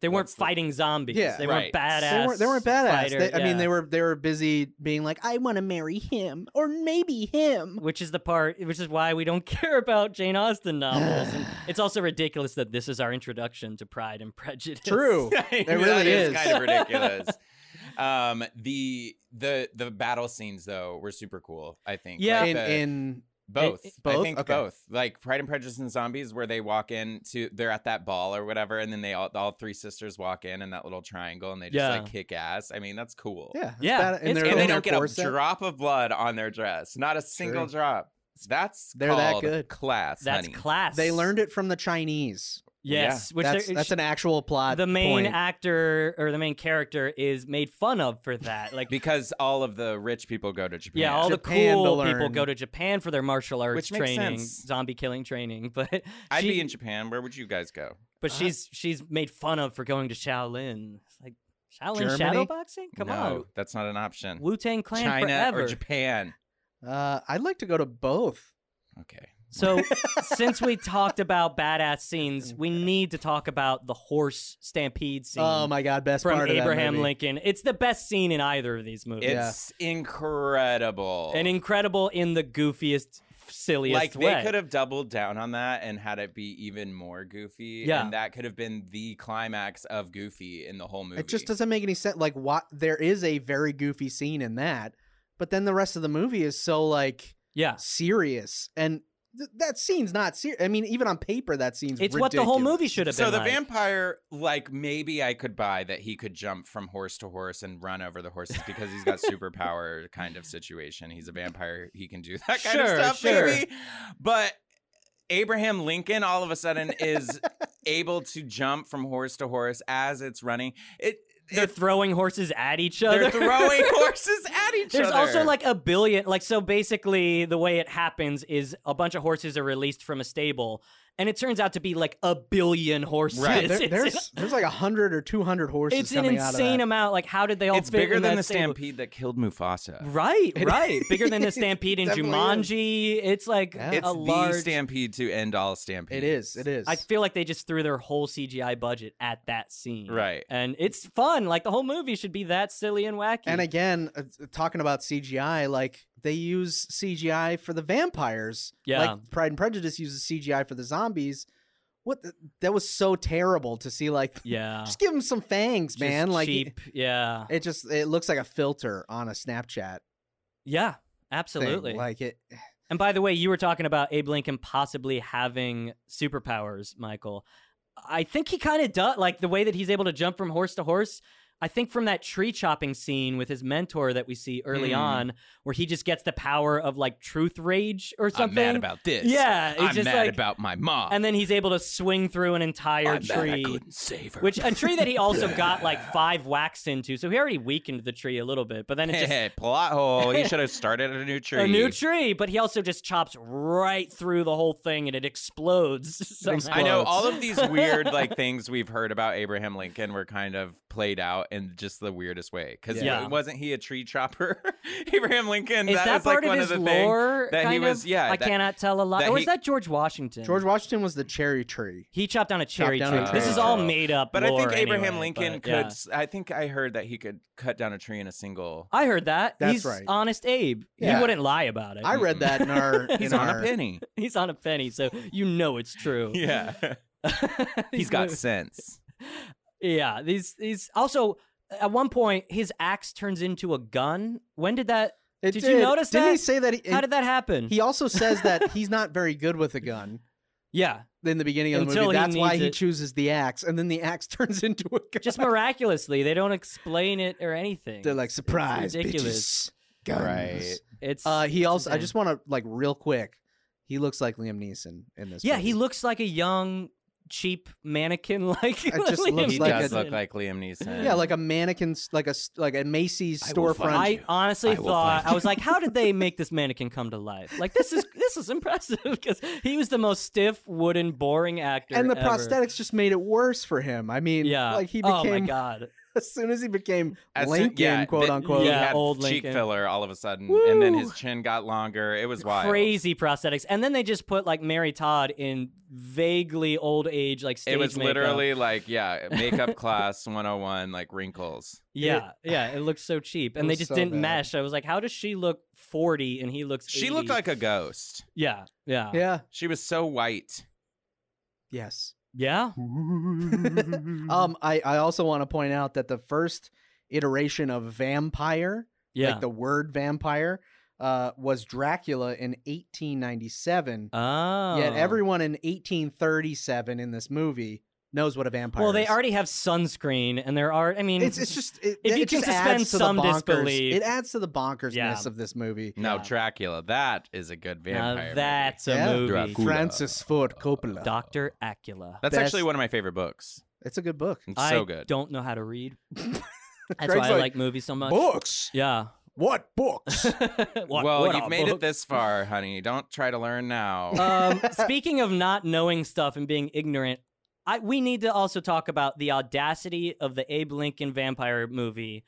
Speaker 2: They weren't
Speaker 1: What's the-
Speaker 2: fighting zombies.
Speaker 3: Yeah.
Speaker 2: they
Speaker 1: Right.
Speaker 2: weren't
Speaker 1: They
Speaker 2: badass.
Speaker 3: They weren't, they weren't badass.
Speaker 2: fighter-
Speaker 3: They- I mean,
Speaker 2: yeah.
Speaker 3: they were they were busy being like, I want to marry him or maybe him.
Speaker 2: Which is the part, which is why we don't care about Jane Austen novels. And it's also ridiculous that this is our introduction to Pride and Prejudice.
Speaker 3: True.
Speaker 1: it
Speaker 3: really is.
Speaker 1: kind of ridiculous. um, the the the battle scenes though were super cool. I think.
Speaker 2: Yeah.
Speaker 1: Like,
Speaker 3: in
Speaker 1: the,
Speaker 3: in
Speaker 1: Both.
Speaker 2: it-
Speaker 1: I
Speaker 3: both?
Speaker 1: think
Speaker 3: Okay.
Speaker 1: both. Like Pride and Prejudice and Zombies, where they walk in to they're at that ball or whatever, and then they all all three sisters walk in in that little triangle and they just like
Speaker 2: Yeah.
Speaker 1: kick ass. I mean, that's cool.
Speaker 3: Yeah, it's
Speaker 2: Yeah,
Speaker 3: bad- and
Speaker 2: it's
Speaker 3: they're
Speaker 2: cool.
Speaker 1: And they
Speaker 3: in their
Speaker 1: don't get a
Speaker 3: corset.
Speaker 1: drop of blood on their dress. Not a single
Speaker 3: True.
Speaker 1: drop. That's
Speaker 3: They're that
Speaker 1: called
Speaker 3: good.
Speaker 1: class,
Speaker 2: That's
Speaker 1: honey.
Speaker 2: class.
Speaker 3: They learned it from the Chinese.
Speaker 2: Yes, which
Speaker 3: that's,
Speaker 2: they're-
Speaker 3: that's an actual plot.
Speaker 2: the main
Speaker 3: point.
Speaker 2: actor or the main character is made fun of for that. Like,
Speaker 1: because all of the rich people go to Japan.
Speaker 2: yeah, all
Speaker 3: Japan to
Speaker 2: the cool people
Speaker 3: learn.
Speaker 2: go to Japan for their martial arts
Speaker 1: Which makes
Speaker 2: training,
Speaker 1: sense.
Speaker 2: zombie killing training. But
Speaker 1: I'd
Speaker 2: she,
Speaker 1: be in Japan. Where would you guys go?
Speaker 2: but
Speaker 3: Uh,
Speaker 2: she's she's made fun of for going to Shaolin. It's like Shaolin shadow
Speaker 3: Germany?
Speaker 2: boxing? Come
Speaker 1: no,
Speaker 2: on,
Speaker 1: that's not an option.
Speaker 2: Wu Tang Clan
Speaker 1: China
Speaker 2: forever.
Speaker 1: or Japan.
Speaker 3: Uh, I'd like to go to both.
Speaker 1: Okay.
Speaker 2: So, since we talked about badass scenes, we need to talk about the horse stampede scene
Speaker 3: Oh my god, best
Speaker 2: from
Speaker 3: part of that
Speaker 2: Abraham
Speaker 3: movie.
Speaker 2: Lincoln. It's the best scene in either of
Speaker 3: Oh,
Speaker 2: these movies,
Speaker 1: It's incredible.
Speaker 2: and incredible in the goofiest, silliest
Speaker 1: like
Speaker 2: way.
Speaker 1: they could have doubled down on that and had it be even more goofy.
Speaker 2: Yeah.
Speaker 1: And that could have been the climax of goofy in the whole movie.
Speaker 3: It just doesn't make any sense. Like, what? There is a very goofy scene in that, but then the rest of the movie is so like
Speaker 2: yeah,
Speaker 3: serious, and th- that scene's not serious. I mean, even on paper, that scene's
Speaker 2: it's what the whole
Speaker 3: ridiculous.
Speaker 2: movie should have
Speaker 1: so
Speaker 2: been.
Speaker 1: the
Speaker 2: like.
Speaker 1: vampire, like maybe I could buy that he could jump from horse to horse and run over the horses because he's got superpower kind of situation. He's a vampire; he can do that kind of
Speaker 2: Sure,
Speaker 1: stuff,
Speaker 2: sure.
Speaker 1: maybe. But Abraham Lincoln, all of a sudden, is able to jump from horse to horse as it's running. It
Speaker 2: they're
Speaker 1: it-
Speaker 2: throwing horses at each other.
Speaker 1: they're throwing horses at each
Speaker 2: There's
Speaker 1: other.
Speaker 2: also like a billion, like so. Basically, the way it happens is a bunch of horses are released from a stable, and it turns out to be like a billion horses.
Speaker 1: Right.
Speaker 3: There-
Speaker 2: It's-
Speaker 3: there's there's like a hundred or two hundred horses.
Speaker 2: it's an
Speaker 3: coming out of that.
Speaker 2: insane amount. Like, how did they all
Speaker 1: it's
Speaker 2: fit
Speaker 1: bigger
Speaker 2: in
Speaker 1: than
Speaker 2: that
Speaker 1: the
Speaker 2: stable?
Speaker 1: stampede that killed Mufasa.
Speaker 2: Right,
Speaker 3: It
Speaker 2: right.
Speaker 3: is.
Speaker 2: Bigger than the stampede in
Speaker 3: Definitely is.
Speaker 2: Jumanji. It's like
Speaker 3: Yeah.
Speaker 2: a
Speaker 1: It's the
Speaker 2: large.
Speaker 1: stampede to end all stampedes.
Speaker 3: It is. It is.
Speaker 2: I feel like they just threw their whole CGI budget at that scene.
Speaker 1: Right.
Speaker 2: and it's fun. Like the whole movie should be that silly and wacky.
Speaker 3: and again, uh, talking about CGI, like they use CGI for the vampires.
Speaker 2: Yeah.
Speaker 3: Like Pride and Prejudice uses CGI for the zombies. What? The, that was so terrible to see. Like,
Speaker 2: yeah,
Speaker 3: just give him some fangs,
Speaker 2: Just
Speaker 3: man. Like,
Speaker 2: cheap. yeah,
Speaker 3: It just it looks like a filter on a Snapchat.
Speaker 2: yeah,
Speaker 3: thing.
Speaker 2: absolutely.
Speaker 3: Like it
Speaker 2: And by the way, you were talking about Abe Lincoln possibly having superpowers, Michael. I think he kind of does, like the way that he's able to jump from horse to horse. I think from that tree chopping scene with his mentor that we see early
Speaker 1: Hmm.
Speaker 2: on, where he just gets the power of like truth rage or
Speaker 1: I'm
Speaker 2: something.
Speaker 1: mad about this.
Speaker 2: Yeah, it's
Speaker 1: I'm
Speaker 2: just
Speaker 1: mad
Speaker 2: like-
Speaker 1: about my mom.
Speaker 2: and then he's able to swing through an entire
Speaker 1: I'm mad I
Speaker 2: tree,
Speaker 1: couldn't save her.
Speaker 2: which a tree that he also got like five whacks into. So he already weakened the tree a little bit, but then it just
Speaker 1: hey, plot hole. He should have started a new tree.
Speaker 2: a new tree. But he also just chops right through the whole thing and it explodes. somehow.
Speaker 1: I know
Speaker 3: Explodes.
Speaker 1: all of these weird like things we've heard about Abraham Lincoln were kind of played out in just the weirdest way. Because
Speaker 2: Yeah.
Speaker 1: wasn't he a tree chopper? Abraham Lincoln.
Speaker 2: Is that,
Speaker 1: was like
Speaker 2: part
Speaker 1: one
Speaker 2: of his
Speaker 1: of the things.
Speaker 2: lore?
Speaker 1: that he
Speaker 2: kind
Speaker 1: was-
Speaker 2: of?
Speaker 1: yeah,
Speaker 2: I
Speaker 1: that-
Speaker 2: cannot tell a lie.
Speaker 1: that
Speaker 2: Or
Speaker 1: he-
Speaker 2: is that George Washington?
Speaker 3: George Washington was the cherry tree.
Speaker 2: he chopped down a cherry tree.
Speaker 3: down a
Speaker 2: this
Speaker 1: cherry
Speaker 2: is all
Speaker 1: tree.
Speaker 2: made up.
Speaker 1: But I
Speaker 2: lore
Speaker 1: think Abraham
Speaker 2: anyway,
Speaker 1: Lincoln
Speaker 2: but,
Speaker 1: could.
Speaker 2: yeah.
Speaker 1: I think I heard that he could cut down a tree in a single.
Speaker 2: I heard that.
Speaker 3: That's
Speaker 2: He's
Speaker 3: right.
Speaker 2: honest Abe. He
Speaker 3: Yeah.
Speaker 2: wouldn't lie about it.
Speaker 3: I read that in our in
Speaker 1: He's on
Speaker 3: our
Speaker 1: a penny.
Speaker 2: He's on a penny, so you know it's true.
Speaker 1: Yeah, he's got
Speaker 2: These-
Speaker 1: sense.
Speaker 2: Yeah, these these also at one point his axe turns into a gun. When did that?
Speaker 3: It
Speaker 2: Did you notice
Speaker 3: Didn't he
Speaker 2: that?
Speaker 3: say that? He,
Speaker 2: How did that happen?
Speaker 3: he also says that he's not very good with a gun
Speaker 2: yeah,
Speaker 3: in the beginning of the
Speaker 2: Until he
Speaker 3: movie. That's why
Speaker 2: needs
Speaker 3: he
Speaker 2: it.
Speaker 3: chooses the axe, and then the axe turns into a gun.
Speaker 2: just miraculously they don't explain it or anything.
Speaker 3: They're like
Speaker 2: It's- it's
Speaker 3: surprise,
Speaker 2: ridiculous.
Speaker 3: bitches, guns.
Speaker 1: Right.
Speaker 2: It's
Speaker 3: Uh, he
Speaker 2: it's
Speaker 3: also. I
Speaker 2: insane.
Speaker 3: just want to like real quick. He looks like Liam Neeson in this.
Speaker 2: Yeah,
Speaker 3: movie.
Speaker 2: he looks like a young, cheap mannequin. Like
Speaker 3: It just
Speaker 2: Liam
Speaker 3: looks
Speaker 1: He
Speaker 3: like
Speaker 1: does
Speaker 3: a-
Speaker 1: look like Liam Neeson.
Speaker 3: Yeah, like a mannequin, like a s- like a Macy's
Speaker 1: I will
Speaker 3: storefront.
Speaker 1: find
Speaker 2: I
Speaker 1: you.
Speaker 2: honestly
Speaker 1: I will
Speaker 2: thought
Speaker 1: find
Speaker 2: I was like, how did they make this mannequin come to life? Like this is this is impressive because he was the most stiff, wooden, boring actor.
Speaker 3: and the
Speaker 2: ever.
Speaker 3: prosthetics just made it worse for him. I mean,
Speaker 2: Yeah.
Speaker 3: like he
Speaker 2: oh my
Speaker 3: became
Speaker 2: god.
Speaker 3: as soon as he became
Speaker 1: As soon-
Speaker 3: Lincoln,
Speaker 1: yeah,
Speaker 3: quote
Speaker 1: th-
Speaker 3: unquote.
Speaker 1: He
Speaker 2: Yeah,
Speaker 1: had
Speaker 2: old
Speaker 1: cheek
Speaker 2: Lincoln.
Speaker 1: filler all of a sudden, and then his
Speaker 2: Woo.
Speaker 1: chin got longer. It was wild.
Speaker 2: Crazy prosthetics. And then they just put like Mary Todd in vaguely old age like stage
Speaker 1: It was
Speaker 2: makeup.
Speaker 1: literally like, yeah, makeup class 101, like wrinkles.
Speaker 2: Yeah, yeah, it looked so cheap. And they
Speaker 3: was
Speaker 2: just
Speaker 3: so
Speaker 2: didn't
Speaker 3: bad.
Speaker 2: mesh. I was like, how does she look 40 and he looks
Speaker 1: She looked
Speaker 2: 80?
Speaker 1: like a ghost.
Speaker 2: Yeah, yeah.
Speaker 3: Yeah.
Speaker 1: She was so white.
Speaker 3: Yes.
Speaker 2: Yeah.
Speaker 3: Um, I, I also want to point out that the first iteration of vampire,
Speaker 2: Yeah.
Speaker 3: like the word vampire, uh, was Dracula in 1897.
Speaker 2: Oh.
Speaker 3: Yet everyone in 1837 in this movie knows what a vampire
Speaker 2: Oh. Well,
Speaker 3: is.
Speaker 2: they already have sunscreen, and there are. I mean,
Speaker 3: It's, it's just it,
Speaker 2: If
Speaker 3: it
Speaker 2: you can
Speaker 3: just adds
Speaker 2: suspend
Speaker 3: to
Speaker 2: some
Speaker 3: the bonkers.
Speaker 2: disbelief.
Speaker 3: It adds to the bonkersness
Speaker 2: Yeah.
Speaker 3: of this movie.
Speaker 1: No,
Speaker 2: Yeah.
Speaker 1: Dracula. That is a good
Speaker 2: now
Speaker 1: vampire. movie.
Speaker 2: uh, that's a
Speaker 3: Yeah.
Speaker 2: movie.
Speaker 1: Dracula. Cool.
Speaker 3: Francis Ford Coppola.
Speaker 2: Doctor Acula.
Speaker 1: That's
Speaker 3: Best-
Speaker 1: actually one of my favorite books.
Speaker 3: It's a good book.
Speaker 1: It's
Speaker 2: I
Speaker 1: so good.
Speaker 2: don't know how to read. That's
Speaker 3: Greg's
Speaker 2: why I
Speaker 3: like,
Speaker 2: like movies so much.
Speaker 3: Books?
Speaker 2: Yeah.
Speaker 3: What books?
Speaker 2: What-
Speaker 1: well,
Speaker 2: what
Speaker 1: you've
Speaker 2: a
Speaker 1: made
Speaker 2: book.
Speaker 1: it this far, honey. Don't try to learn now.
Speaker 2: um, speaking of not knowing stuff and being ignorant, I, we need to also talk about the audacity of the Abe Lincoln vampire movie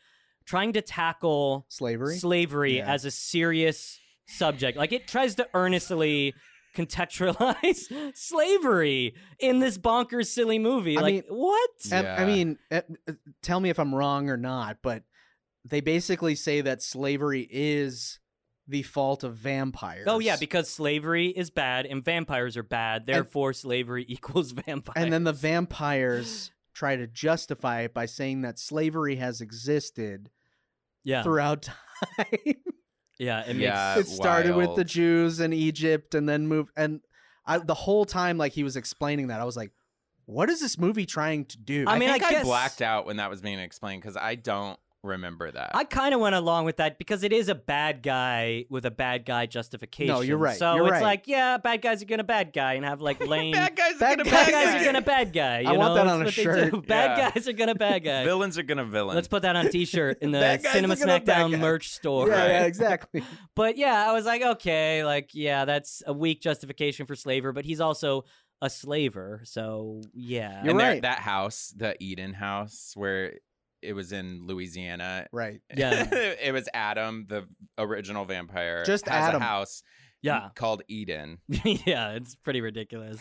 Speaker 2: trying to tackle
Speaker 3: Slavery.
Speaker 2: slavery
Speaker 3: Yeah.
Speaker 2: as a serious subject. Like it tries to earnestly contextualize slavery in this bonkers, silly movie.
Speaker 3: I
Speaker 2: like,
Speaker 3: mean-
Speaker 2: what?
Speaker 1: Yeah.
Speaker 3: And- I mean, uh, uh, tell me if I'm wrong or not, but they basically say that slavery is the fault of vampires.
Speaker 2: Oh yeah, because slavery is bad and vampires are bad. Therefore, slavery equals vampires.
Speaker 3: and then the vampires try to justify it by saying that slavery has existed
Speaker 2: yeah,
Speaker 3: throughout time.
Speaker 2: yeah, it makes
Speaker 1: Yeah. Uh,
Speaker 3: it started with the
Speaker 1: wild.
Speaker 3: Jews and Egypt, and then moved. And I, the whole time, like he was explaining that, I was like, "What is this movie trying to do?"
Speaker 2: I mean,
Speaker 1: think I,
Speaker 2: guess-
Speaker 1: blacked out when that was being explained because I don't remember that.
Speaker 2: I kind of went along with that because it is a bad guy with a bad guy justification.
Speaker 3: right,
Speaker 2: So
Speaker 3: you're
Speaker 2: it's
Speaker 3: right.
Speaker 2: like, yeah, bad guys are gonna bad guy and have like lame.
Speaker 1: bad guys are
Speaker 3: Bad
Speaker 1: gonna
Speaker 2: bad
Speaker 1: bad
Speaker 2: guys are
Speaker 1: guy.
Speaker 2: gonna bad guy. You
Speaker 3: I want
Speaker 2: know?
Speaker 3: that
Speaker 2: That's
Speaker 3: on a
Speaker 2: what they
Speaker 3: shirt.
Speaker 2: do. Bad
Speaker 1: Yeah.
Speaker 2: guys are gonna bad guy.
Speaker 1: Villains are gonna villain.
Speaker 2: Let's put that on a T-shirt in the
Speaker 1: Bad guys are
Speaker 2: Cinema
Speaker 1: gonna bad guy.
Speaker 2: Smackdown merch store.
Speaker 3: yeah, yeah,
Speaker 1: Right.
Speaker 3: exactly.
Speaker 2: But yeah, I was like, okay, like yeah, that's a weak justification for slaver, but he's also a slaver, so yeah.
Speaker 3: You're
Speaker 1: and there-
Speaker 3: right.
Speaker 1: that house, the Eden house, where it was in Louisiana.
Speaker 3: right.
Speaker 2: Yeah.
Speaker 1: it was Adam, the original vampire.
Speaker 3: Just
Speaker 1: has
Speaker 3: Adam.
Speaker 1: a house
Speaker 2: Yeah.
Speaker 1: called Eden.
Speaker 2: yeah, it's pretty ridiculous.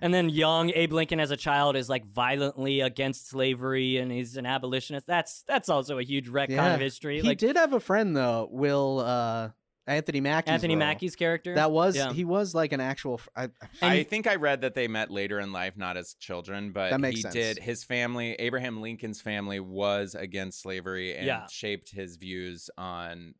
Speaker 2: And then young Abe Lincoln as a child is like violently against slavery and he's an abolitionist. That's that's also a huge retcon
Speaker 3: Yeah.
Speaker 2: of history.
Speaker 3: He
Speaker 2: like
Speaker 3: did have a friend though, Will uh, Anthony Mackie.
Speaker 2: Anthony Mackie's character.
Speaker 3: That was
Speaker 2: Yeah.
Speaker 3: he was like an actual. fr- I,
Speaker 2: And-
Speaker 1: I think I read that they met later in life, not as children, but
Speaker 3: That makes
Speaker 1: he
Speaker 3: sense.
Speaker 1: did. His family, Abraham Lincoln's family, was against slavery and
Speaker 2: Yeah.
Speaker 1: shaped his views on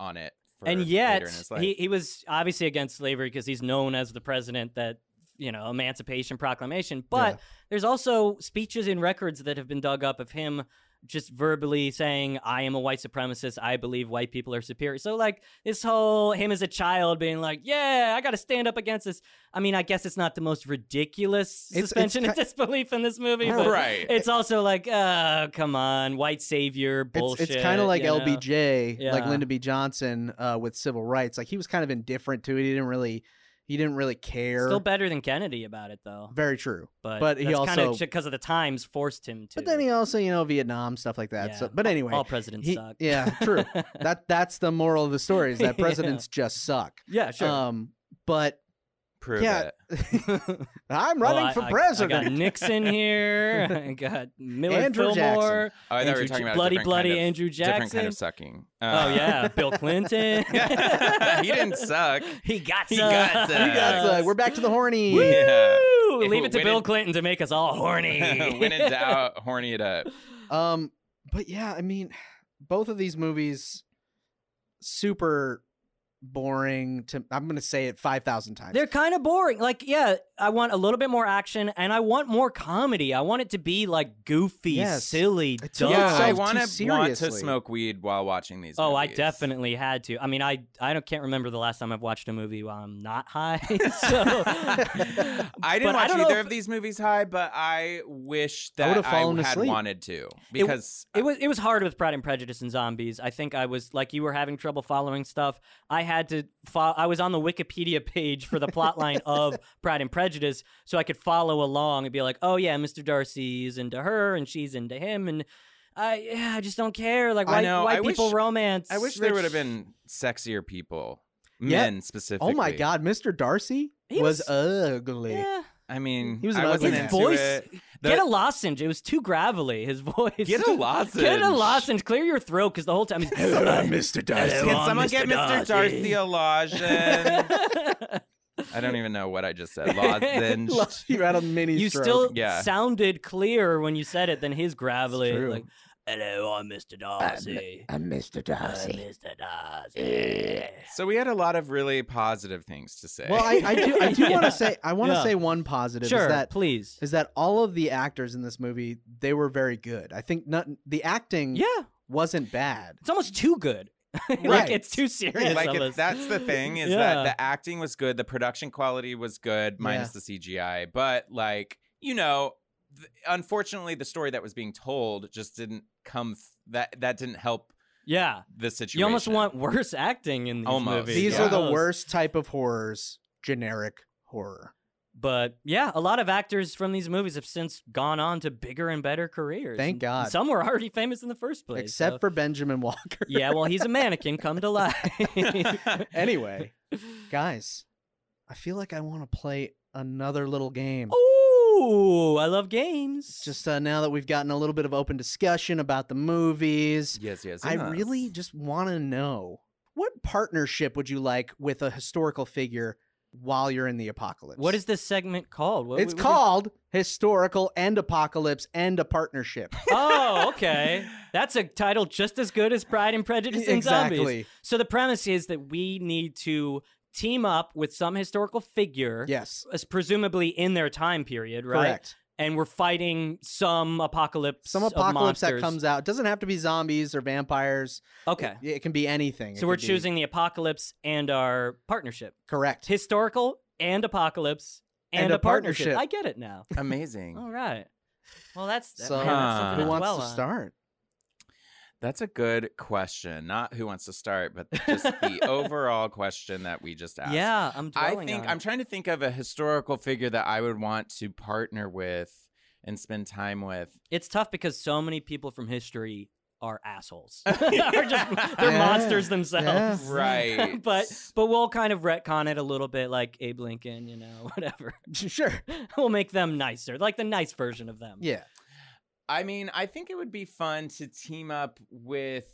Speaker 1: on it. For
Speaker 2: and
Speaker 1: later in
Speaker 2: yet
Speaker 1: his life.
Speaker 2: he, he was obviously against slavery because he's known as the president that you know emancipation proclamation but there's also speeches and records that have been dug up of him just verbally saying i am a white supremacist i believe white people are superior so like this whole him as a child being like yeah i gotta stand up against this i mean i guess it's not the most ridiculous
Speaker 3: It's- it's
Speaker 2: suspension of
Speaker 3: ki-
Speaker 2: disbelief in this movie but
Speaker 1: right.
Speaker 2: it's also like oh come on white savior bullshit
Speaker 3: It's, it's kind of like
Speaker 2: you know?
Speaker 3: LBJ, like
Speaker 2: Yeah.
Speaker 3: Lyndon B. Johnson uh, with civil rights. Like he was kind of indifferent to it. He didn't really, he didn't really care.
Speaker 2: still better than kennedy about it though
Speaker 3: Very true.
Speaker 2: but,
Speaker 3: But he
Speaker 2: that's kind
Speaker 3: also-
Speaker 2: of because of the times forced him to.
Speaker 3: But then he also, you know, Vietnam stuff like that.
Speaker 2: Yeah.
Speaker 3: So, but anyway,
Speaker 2: all presidents
Speaker 3: he-
Speaker 2: suck.
Speaker 3: yeah, true. that that's the moral of the story is that
Speaker 2: Yeah.
Speaker 3: presidents just suck.
Speaker 2: yeah, sure.
Speaker 3: Um, but
Speaker 1: Prove
Speaker 3: yeah,
Speaker 1: it.
Speaker 3: I'm running
Speaker 2: Well, I-
Speaker 3: for
Speaker 2: I- I got
Speaker 3: president.
Speaker 2: Nixon here. I got Miller
Speaker 3: Andrew
Speaker 2: Fillmore.
Speaker 1: Oh, I thought we
Speaker 2: Andrew
Speaker 1: were talking about
Speaker 2: Ja-
Speaker 1: a
Speaker 2: bloody
Speaker 1: different
Speaker 2: bloody
Speaker 1: kind of-
Speaker 2: Andrew Jackson.
Speaker 1: Different kind of sucking.
Speaker 2: oh
Speaker 1: Uh,
Speaker 2: yeah, Bill Clinton.
Speaker 1: he didn't suck.
Speaker 2: He got
Speaker 1: He got us.
Speaker 2: us.
Speaker 3: You guys, uh, we're back to the horny.
Speaker 1: Woo! Yeah.
Speaker 2: Woo! Leave it to
Speaker 1: When
Speaker 2: Bill
Speaker 1: in-
Speaker 2: Clinton to make us all horny.
Speaker 1: when in doubt, horny it up.
Speaker 3: Um, but yeah, I mean, both of these movies super boring. To I'm gonna say it five thousand times.
Speaker 2: They're kind of boring. Like, yeah, I want a little bit more action and I want more comedy. I want it to be like goofy,
Speaker 3: Yes.
Speaker 2: silly,
Speaker 3: It took
Speaker 2: dumb.
Speaker 1: Yeah, I
Speaker 3: itself too
Speaker 1: wanna want to
Speaker 3: seriously.
Speaker 1: smoke weed while watching these.
Speaker 2: Oh, I
Speaker 1: movies.
Speaker 2: definitely had to. I mean, I I don't can't remember the last time I've watched a movie while I'm not high. so,
Speaker 1: I didn't
Speaker 2: But I
Speaker 1: watch
Speaker 2: don't know
Speaker 1: either
Speaker 2: if-
Speaker 1: of these movies high, but I wish
Speaker 3: I would've
Speaker 1: that I,
Speaker 3: fallen
Speaker 1: had
Speaker 3: asleep.
Speaker 1: wanted to because
Speaker 2: it was it was hard with Pride and Prejudice and Zombies. I think I was like you were having trouble following stuff. I had to fo- I was on the Wikipedia page for the plot line of Pride and Prejudice so I could follow along and be like, "Oh yeah, Mr. Darcy's into her and she's into him and I yeah, I just don't care. Like
Speaker 1: I
Speaker 2: white
Speaker 1: know.
Speaker 2: white
Speaker 1: I
Speaker 2: people
Speaker 1: wish-
Speaker 2: romance.
Speaker 1: I wish there
Speaker 2: which-
Speaker 1: would have been sexier people,
Speaker 3: Yeah.
Speaker 1: men specifically.
Speaker 3: oh my god, Mr. Darcy
Speaker 2: He
Speaker 3: was,
Speaker 2: was-
Speaker 3: ugly.
Speaker 2: Yeah.
Speaker 1: I mean,
Speaker 3: He was an
Speaker 1: I wasn't
Speaker 3: ugly
Speaker 1: into
Speaker 2: His voice
Speaker 1: it.
Speaker 2: Get
Speaker 1: The-
Speaker 2: a lozenge. It was too gravelly. His voice.
Speaker 1: Get a lozenge.
Speaker 2: Get a lozenge. Clear your throat, because the whole time he's.
Speaker 3: Mr.
Speaker 2: Darcy.
Speaker 1: Can
Speaker 2: on,
Speaker 1: someone
Speaker 2: Mr.
Speaker 1: get Mr.
Speaker 2: Darcy.
Speaker 1: Darcy a lozenge? I don't even know what I just said. Lozenge.
Speaker 3: you had a mini
Speaker 2: you
Speaker 3: stroke.
Speaker 2: still
Speaker 1: Yeah.
Speaker 2: sounded clearer when you said it than his gravelly.
Speaker 3: true.
Speaker 2: Like, Hello, I'm Mr. Darcy.
Speaker 4: I'm Mr.
Speaker 2: I'm
Speaker 4: Darcy.
Speaker 2: Mr. Darcy.
Speaker 1: So we had a lot of really positive things to say.
Speaker 3: Well, I, I do. I do want
Speaker 2: Yeah.
Speaker 3: to say. I want to
Speaker 2: Yeah.
Speaker 3: say one positive
Speaker 2: Sure,
Speaker 3: is that
Speaker 2: please.
Speaker 3: is that all of the actors in this movie they were very good. I think not the acting
Speaker 2: Yeah,
Speaker 3: wasn't bad.
Speaker 2: it's almost too good.
Speaker 3: Right.
Speaker 2: like it's too serious.
Speaker 1: like
Speaker 2: almost.
Speaker 1: it's, that's the thing is that the acting was good, the production quality was good, minus the CGI. But like you know, th- unfortunately, the story that was being told just didn't come. Th- that that didn't help
Speaker 2: yeah.
Speaker 1: the situation.
Speaker 2: You almost want worse acting in these
Speaker 1: Almost.
Speaker 2: movies.
Speaker 3: These
Speaker 1: Yeah.
Speaker 3: are the
Speaker 2: Almost.
Speaker 3: worst type of horrors. Generic horror.
Speaker 2: But yeah, a lot of actors from these movies have since gone on to bigger and better careers.
Speaker 3: Thank
Speaker 2: And
Speaker 3: God.
Speaker 2: Some were already famous in the first place.
Speaker 3: Except
Speaker 2: so-
Speaker 3: for Benjamin Walker.
Speaker 2: yeah, well, he's a mannequin come to life.
Speaker 3: anyway, guys, I feel like I want to play another little game.
Speaker 2: Oh. Ooh, I love games.
Speaker 3: Just uh, now that we've gotten a little bit of open discussion about the movies,
Speaker 1: Yes, yes.
Speaker 3: I
Speaker 1: yes.
Speaker 3: really just want to know what partnership would you like with a historical figure while you're in the apocalypse?
Speaker 2: what is this segment called? What,
Speaker 3: It's
Speaker 2: what- what-
Speaker 3: called historical and apocalypse and a partnership.
Speaker 2: Oh, okay. That's a title just as good as Pride and Prejudice and Zombies.
Speaker 3: exactly.
Speaker 2: So the premise is that we need to team up with some historical figure,
Speaker 3: Yes.
Speaker 2: as presumably in their time period, right?
Speaker 3: Correct.
Speaker 2: And we're fighting some apocalypse.
Speaker 3: Some
Speaker 2: of
Speaker 3: apocalypse that
Speaker 2: monsters.
Speaker 3: comes out. It doesn't have to be zombies or vampires.
Speaker 2: Okay.
Speaker 3: It, it can be anything. It
Speaker 2: So we're
Speaker 3: could be-
Speaker 2: choosing the apocalypse and our partnership.
Speaker 3: Correct.
Speaker 2: Historical and apocalypse and,
Speaker 3: And a
Speaker 2: a partnership.
Speaker 3: partnership.
Speaker 2: I get it now.
Speaker 1: amazing.
Speaker 3: Oh.
Speaker 2: All right. Well, that's
Speaker 3: So,
Speaker 2: man, that's something
Speaker 1: Huh.
Speaker 3: Who
Speaker 2: to
Speaker 3: wants
Speaker 2: dwell
Speaker 3: to
Speaker 2: on.
Speaker 3: start?
Speaker 1: That's a good question. Not who wants to start, but just the overall question that we just asked.
Speaker 2: Yeah, I'm
Speaker 1: I
Speaker 2: dwelling
Speaker 1: think
Speaker 2: on
Speaker 1: I'm
Speaker 2: it.
Speaker 1: trying to think of a historical figure that I would want to partner with and spend time with.
Speaker 2: It's tough because so many people from history are assholes. are just, they're
Speaker 3: Yeah.
Speaker 2: monsters themselves.
Speaker 1: Right.
Speaker 2: but but we'll kind of retcon it a little bit like Abe Lincoln, you know, whatever.
Speaker 3: sure.
Speaker 2: we'll make them nicer, like the nice version of them.
Speaker 3: Yeah.
Speaker 1: I mean, I think it would be fun to team up with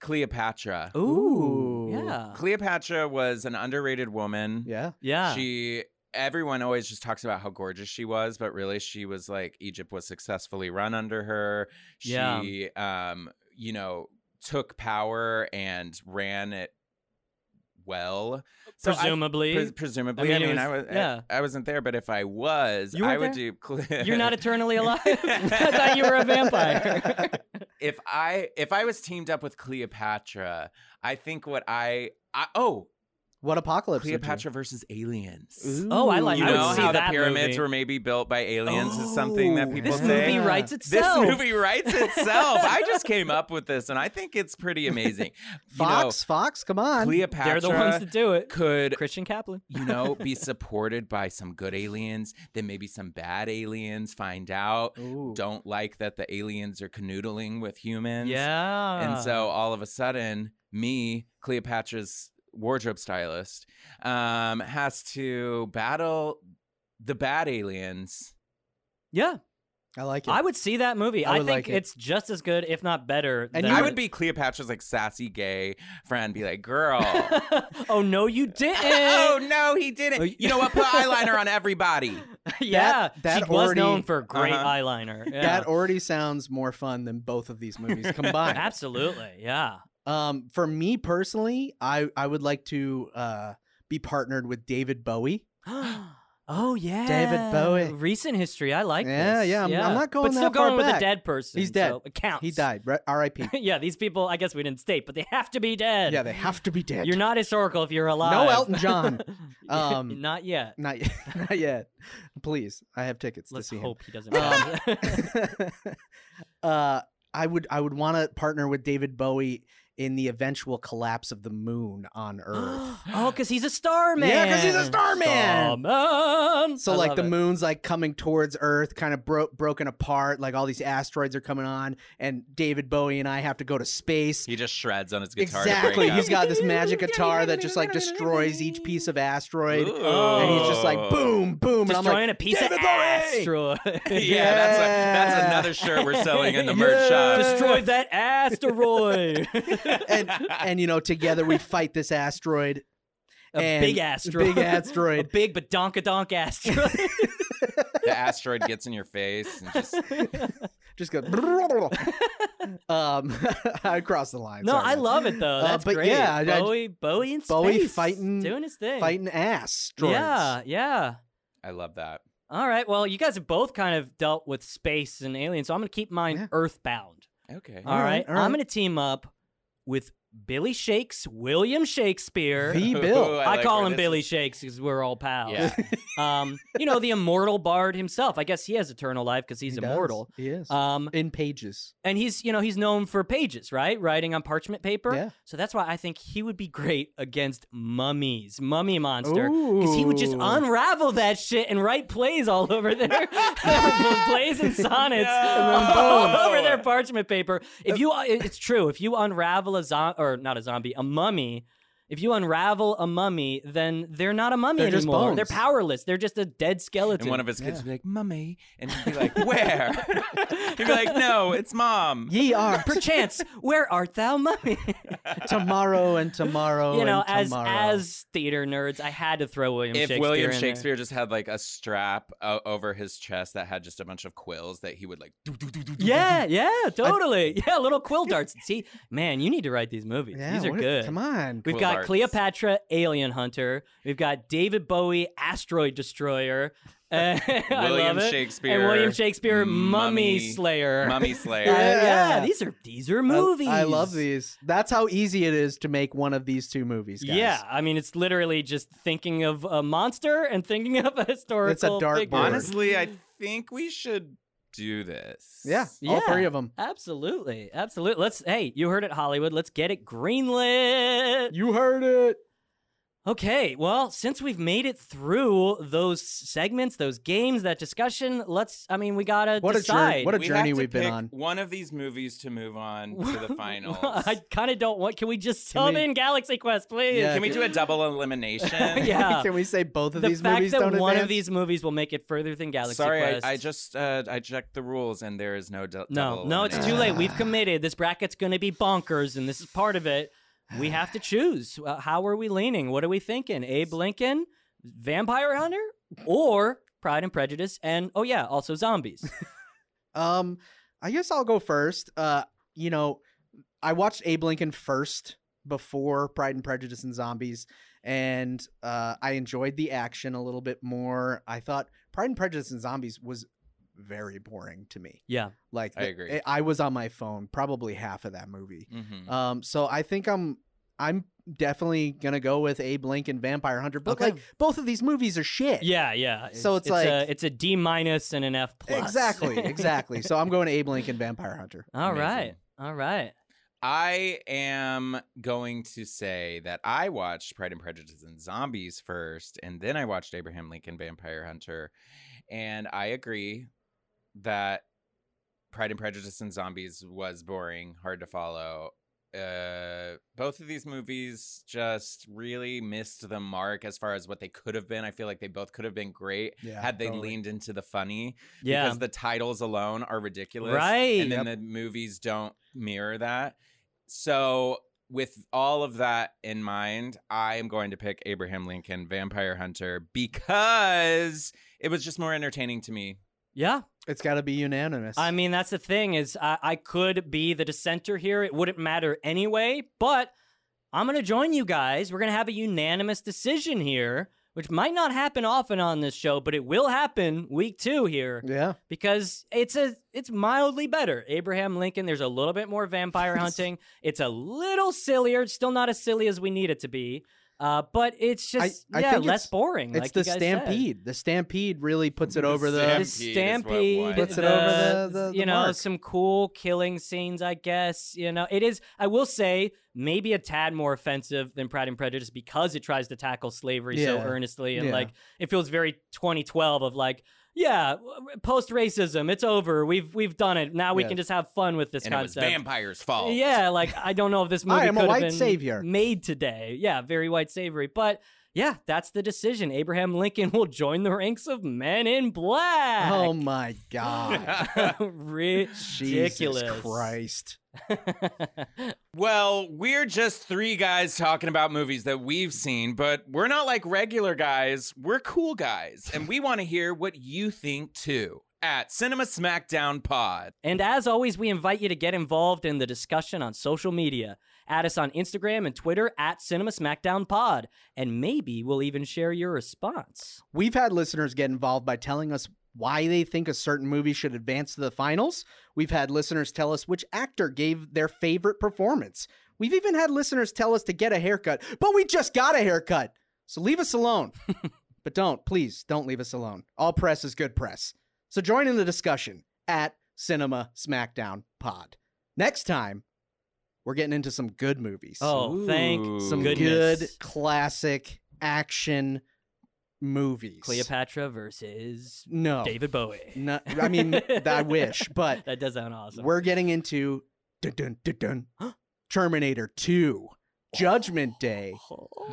Speaker 1: Cleopatra.
Speaker 2: Ooh.
Speaker 3: Ooh.
Speaker 2: Yeah.
Speaker 1: Cleopatra was an underrated woman.
Speaker 3: Yeah.
Speaker 2: Yeah.
Speaker 1: She everyone always just talks about how gorgeous she was, but really she was like Egypt was successfully run under her. She um, you know, took power and ran it well. So I-
Speaker 2: Presumably.
Speaker 1: Pres- presumably,
Speaker 2: I
Speaker 1: I
Speaker 2: mean,
Speaker 1: mean,
Speaker 2: it
Speaker 1: I,
Speaker 2: was-
Speaker 1: was,
Speaker 2: yeah.
Speaker 1: I, I wasn't there, but if I was,
Speaker 2: You
Speaker 1: I
Speaker 2: weren't
Speaker 1: would
Speaker 2: there?
Speaker 1: do. Cle-
Speaker 2: You're not eternally alive. I thought you were a vampire.
Speaker 1: if I if I was teamed up with Cleopatra, I think what I, I oh
Speaker 3: What apocalypse? would you-
Speaker 1: Cleopatra versus aliens.
Speaker 2: Oh, I like-
Speaker 1: You
Speaker 2: I would
Speaker 1: know
Speaker 2: see
Speaker 1: how the
Speaker 2: that
Speaker 1: pyramids
Speaker 2: movie.
Speaker 1: were maybe built by aliens is something that
Speaker 3: Oh,
Speaker 1: people
Speaker 2: this
Speaker 3: Yeah.
Speaker 1: say.
Speaker 2: movie writes
Speaker 1: This
Speaker 2: itself.
Speaker 1: movie writes itself. I just came up with this, and I think it's pretty amazing.
Speaker 3: Fox. Fox. Come
Speaker 1: you know,
Speaker 3: on.
Speaker 1: Cleopatra
Speaker 2: They're the ones that do it.
Speaker 1: could
Speaker 2: Christian Kaplan.
Speaker 1: you know, be supported by some good aliens, then maybe some bad aliens find out,
Speaker 3: Ooh.
Speaker 1: don't like that the aliens are canoodling with humans.
Speaker 2: Yeah.
Speaker 3: Ah.
Speaker 1: And so all of a sudden, me, Cleopatra's wardrobe stylist, um, has to battle the bad aliens.
Speaker 2: Yeah.
Speaker 3: I like it.
Speaker 2: I would see that movie.
Speaker 3: I
Speaker 2: I,
Speaker 3: would
Speaker 2: think
Speaker 3: like it.
Speaker 2: it's just as good, if not better.
Speaker 3: And
Speaker 2: than-
Speaker 1: I would be Cleopatra's like sassy gay friend, be like, girl.
Speaker 3: Eh.
Speaker 2: oh no, you didn't.
Speaker 1: Oh no, he
Speaker 2: Oh, y-
Speaker 1: didn't. You know what? Put eyeliner on everybody.
Speaker 2: yeah, she
Speaker 3: that
Speaker 2: was
Speaker 3: already-
Speaker 2: known for great
Speaker 1: Uh-huh.
Speaker 2: eyeliner. Yeah.
Speaker 3: That already sounds more fun than both of these movies combined.
Speaker 2: Absolutely, yeah.
Speaker 3: um, for me personally, I I would like to uh be partnered with David Bowie.
Speaker 2: oh yeah,
Speaker 3: Bowie.
Speaker 2: Recent history, I like.
Speaker 3: Yeah,
Speaker 2: this.
Speaker 3: yeah, I'm- I'm not going
Speaker 2: but still
Speaker 3: that far
Speaker 2: going with a
Speaker 3: back.
Speaker 2: dead person.
Speaker 3: He's dead.
Speaker 2: so it counts.
Speaker 3: He died. Re- R.I.P.
Speaker 2: yeah, these people. I guess we didn't state, but they have to be dead.
Speaker 3: yeah, they have to be dead.
Speaker 2: You're not historical if you're alive.
Speaker 3: no Elton John. Um,
Speaker 2: not yet.
Speaker 3: not yet. not yet. Please, I have tickets
Speaker 2: Let's
Speaker 3: to see
Speaker 2: hope he doesn't.
Speaker 3: Um,
Speaker 2: die.
Speaker 3: him. uh, I would I would want to partner with David Bowie in the eventual collapse of the moon on Earth.
Speaker 2: oh, because he's a star man.
Speaker 3: Yeah, 'cause he's a star man.
Speaker 2: Starman.
Speaker 3: So
Speaker 2: I
Speaker 3: like
Speaker 2: love
Speaker 3: the
Speaker 2: it.
Speaker 3: moon's like coming towards Earth, kind of bro- broken apart. Like all these asteroids are coming on, and David Bowie and I have to go to space.
Speaker 1: He just shreds on his guitar.
Speaker 3: exactly,
Speaker 1: To break
Speaker 3: he's
Speaker 1: up.
Speaker 3: got this magic guitar that just like destroys each piece of asteroid,
Speaker 1: Ooh.
Speaker 3: and he's just like boom, boom, and I'm
Speaker 2: destroying
Speaker 3: like,
Speaker 2: a piece
Speaker 3: David
Speaker 2: of
Speaker 3: Bowie!
Speaker 2: asteroid.
Speaker 1: Yeah, that's, a, that's
Speaker 3: Yeah.
Speaker 1: another shirt we're selling in the merch shop.
Speaker 2: Destroy that asteroid.
Speaker 3: and and you know together we fight this asteroid,
Speaker 2: a
Speaker 3: And
Speaker 2: big asteroid.
Speaker 3: big asteroid.
Speaker 2: a big but donkadonk asteroid.
Speaker 1: the asteroid gets in your face and just
Speaker 3: Just go. um, I crossed the line.
Speaker 2: no,
Speaker 3: Sorry,
Speaker 2: I
Speaker 3: man.
Speaker 2: love it though.
Speaker 3: Uh,
Speaker 2: That's
Speaker 3: but
Speaker 2: great.
Speaker 3: yeah, I- I-
Speaker 2: Bowie, Bowie in space,
Speaker 3: Bowie fighting-
Speaker 2: doing his thing,
Speaker 3: fighting ass. droids.
Speaker 2: Yeah, yeah.
Speaker 1: I love that.
Speaker 2: All right. Well, you guys have both kind of dealt with space and aliens, so I'm gonna keep mine
Speaker 3: Yeah.
Speaker 2: Earthbound.
Speaker 1: Okay.
Speaker 3: Uh,
Speaker 2: all
Speaker 3: All
Speaker 2: right,
Speaker 3: right, all right.
Speaker 2: I'm gonna team up with Billy Shakes, William Shakespeare.
Speaker 3: The
Speaker 1: Ooh,
Speaker 3: Bill.
Speaker 2: I,
Speaker 1: like
Speaker 2: call
Speaker 1: where
Speaker 2: him
Speaker 1: this
Speaker 2: Billy
Speaker 1: is-
Speaker 2: Shakes because we're all pals.
Speaker 1: Yeah.
Speaker 2: um, you know, the immortal bard himself. I guess he has eternal life because he's
Speaker 3: He does.
Speaker 2: immortal.
Speaker 3: He is.
Speaker 2: Um,
Speaker 3: in pages.
Speaker 2: and he's you know he's known for pages, right? Writing on parchment paper.
Speaker 3: Yeah.
Speaker 2: So that's why I think he would be great against mummies, mummy monster, because he would just
Speaker 3: Ooh.
Speaker 2: unravel that shit and write plays all over their plays and sonnets and
Speaker 1: No.
Speaker 2: then boom over their parchment paper. If you, uh, it- it's true. If you unravel a zombie or not a zombie, a mummy. If you unravel a mummy, then they're not a mummy
Speaker 3: They're just
Speaker 2: anymore. They're
Speaker 3: bones.
Speaker 2: powerless. They're just a dead skeleton.
Speaker 1: And one of his kids
Speaker 3: Yeah.
Speaker 1: would be like, "Mummy," and he'd be like, "Where?" he'd be like, "No, it's mom."
Speaker 3: Ye are
Speaker 2: Perchance, where art thou, mummy?
Speaker 3: tomorrow and tomorrow.
Speaker 2: you know,
Speaker 3: Oh, and
Speaker 2: as
Speaker 3: tomorrow.
Speaker 2: as theater nerds, I had to throw William
Speaker 1: if
Speaker 2: Shakespeare.
Speaker 1: William
Speaker 2: in there.
Speaker 1: Shakespeare just had like a strap uh, over his chest that had just a bunch of quills that he would like, do, do, do, do, do,
Speaker 2: Yeah, yeah, totally. yeah, little quill darts. See, man, you need to write these movies.
Speaker 3: yeah,
Speaker 2: these are
Speaker 3: what-
Speaker 2: good.
Speaker 3: Come on.
Speaker 2: We've
Speaker 1: Quill
Speaker 2: got
Speaker 1: darts.
Speaker 2: Cleopatra, Alien Hunter. We've got David Bowie, Asteroid Destroyer. Uh,
Speaker 1: do.
Speaker 2: I
Speaker 1: William
Speaker 2: love it.
Speaker 1: Shakespeare,
Speaker 2: And William Shakespeare, Mummy,
Speaker 1: Mummy-
Speaker 2: Slayer.
Speaker 1: Mummy
Speaker 2: Uh,
Speaker 1: Slayer.
Speaker 2: yeah.
Speaker 3: Yeah.
Speaker 2: these are these are
Speaker 3: I-
Speaker 2: movies.
Speaker 3: I, love these. That's how easy it is to make one of these two movies. Guys.
Speaker 2: Yeah, I mean, it's literally just thinking of a monster and thinking of a historical.
Speaker 3: dark
Speaker 2: figure.
Speaker 3: board.
Speaker 1: Honestly, I think we should do this.
Speaker 3: Yeah. All
Speaker 2: Yeah.
Speaker 3: three of them.
Speaker 2: Absolutely, absolutely. Let's hey, you heard it, Hollywood. Let's get it greenlit.
Speaker 3: You heard it.
Speaker 2: Okay, well, since we've made it through those segments, those games, that discussion, let's. I mean, we gotta
Speaker 3: What a journey-
Speaker 2: decide.
Speaker 3: what a
Speaker 1: We
Speaker 3: journey
Speaker 1: have to
Speaker 3: we've been
Speaker 1: pick
Speaker 3: on.
Speaker 1: One of these movies to move on to the finals.
Speaker 2: I kind of don't want. Can we just
Speaker 3: Can
Speaker 2: sub
Speaker 3: we-
Speaker 2: in Galaxy Quest, please?
Speaker 3: Yeah.
Speaker 1: Can we do a double elimination?
Speaker 2: yeah.
Speaker 3: Can we say both of
Speaker 2: the
Speaker 3: these
Speaker 2: fact
Speaker 3: movies
Speaker 2: that
Speaker 3: don't
Speaker 2: one
Speaker 3: advance?
Speaker 2: of these movies will make it further than Galaxy
Speaker 1: Sorry,
Speaker 2: Quest.
Speaker 1: I, I just uh, I checked the rules and there is no du-
Speaker 2: No,
Speaker 1: double
Speaker 2: no, it's too
Speaker 1: elimination.
Speaker 2: late. We've committed. This bracket's going to be bonkers, and this is part of it. We have to choose. Uh, how are we leaning? What are we thinking? Abe Lincoln, Vampire Hunter, or Pride and Prejudice, and oh yeah, also zombies.
Speaker 3: Um, I guess I'll go first. Uh, you know, I watched Abe Lincoln first before Pride and Prejudice and Zombies, and uh, I enjoyed the action a little bit more. I thought Pride and Prejudice and Zombies was very boring to me.
Speaker 2: Yeah.
Speaker 3: Like
Speaker 1: I
Speaker 3: the-
Speaker 1: agree.
Speaker 3: I was on my phone probably half of that movie.
Speaker 1: Mhm.
Speaker 3: Um, so I think I'm I'm definitely gonna go with Abe Lincoln Vampire Hunter, but
Speaker 2: Okay.
Speaker 3: like both of these movies are shit.
Speaker 2: Yeah, yeah.
Speaker 3: So it's
Speaker 2: a,
Speaker 3: like-
Speaker 2: it's a D minus and an F plus.
Speaker 3: Exactly, exactly. so I'm going to Abe Lincoln Vampire Hunter.
Speaker 2: All
Speaker 1: Amazing.
Speaker 2: right, all right.
Speaker 1: I am going to say that I watched Pride and Prejudice and Zombies first, and then I watched Abraham Lincoln Vampire Hunter. And I agree that Pride and Prejudice and Zombies was boring, hard to follow. Uh, both of these movies just really missed the mark as far as what they could have been. I feel like they both could have been great
Speaker 3: Yeah,
Speaker 1: had they
Speaker 3: totally.
Speaker 1: leaned into the funny
Speaker 2: Yeah.
Speaker 1: because the titles alone are ridiculous.
Speaker 2: Right.
Speaker 1: And then the movies don't mirror that. So, with all of that in mind, I am going to pick Abraham Lincoln Vampire Hunter because it was just more entertaining to me.
Speaker 2: yeah.
Speaker 3: It's got to be unanimous.
Speaker 2: I mean, that's the thing is I, I could be the dissenter here. It wouldn't matter anyway, but I'm going to join you guys. We're going to have a unanimous decision here, which might not happen often on this show, but it will happen week 2 here
Speaker 3: yeah,
Speaker 2: because it's a it's mildly better. Abraham Lincoln, there's a little bit more vampire hunting. It's a little sillier, it's still not as silly as we need it to be. Uh, but it's just
Speaker 3: I
Speaker 2: yeah,
Speaker 3: think
Speaker 2: less
Speaker 3: it's-
Speaker 2: boring.
Speaker 3: it's
Speaker 2: like
Speaker 3: the
Speaker 2: you guys said.
Speaker 3: stampede. The stampede really puts it over the.
Speaker 1: Stampede
Speaker 2: the
Speaker 1: is what
Speaker 2: stampede
Speaker 1: won.
Speaker 3: Puts it
Speaker 2: the-
Speaker 3: over the- the- the
Speaker 2: you know
Speaker 3: mark.
Speaker 2: some cool killing scenes i guess you know it is i will say maybe a tad more offensive than pride and prejudice because it tries to tackle slavery so
Speaker 3: Yeah.
Speaker 2: earnestly and
Speaker 3: Yeah.
Speaker 2: like it feels very 2012 of like yeah post racism it's over we've we've done it now we
Speaker 3: Yeah.
Speaker 2: can just have fun with this
Speaker 1: and it was
Speaker 2: concept
Speaker 1: vampire's fault.
Speaker 2: yeah, like I don't know if this movie
Speaker 3: I am
Speaker 2: could
Speaker 3: a
Speaker 2: have
Speaker 3: white
Speaker 2: been
Speaker 3: savior.
Speaker 2: made today. Yeah, very white savory. But yeah, that's the decision. Abraham Lincoln will join the ranks of Men in Black.
Speaker 3: Oh my god.
Speaker 2: ridiculous!
Speaker 3: Jesus Christ.
Speaker 1: Well, we're just three guys talking about movies that we've seen, but we're not like regular guys. We're cool guys, and we want to hear what you think too. At Cinema Smackdown Pod.
Speaker 2: And as always, we invite you to get involved in the discussion on social media. Add us on Instagram and Twitter at Cinema Smackdown Pod, and maybe we'll even share your response.
Speaker 3: We've had listeners get involved by telling us why they think a certain movie should advance to the finals. We've had listeners tell us which actor gave their favorite performance. We've even had listeners tell us to get a haircut, but we just got a haircut. So leave us alone. but don't, please, don't leave us alone. All press is good press. So join in the discussion at Cinema Smackdown Pod. Next time, we're getting into some good movies.
Speaker 2: Oh, thank
Speaker 1: Ooh.
Speaker 3: some
Speaker 2: goodness.
Speaker 3: good classic action movies.
Speaker 2: Cleopatra versus
Speaker 3: No.
Speaker 2: David Bowie.
Speaker 3: No, I mean, th- I wish, but
Speaker 2: that does sound awesome.
Speaker 3: we're getting into dun, dun, dun, dun, Terminator 2,
Speaker 2: Oh.
Speaker 3: Judgment Day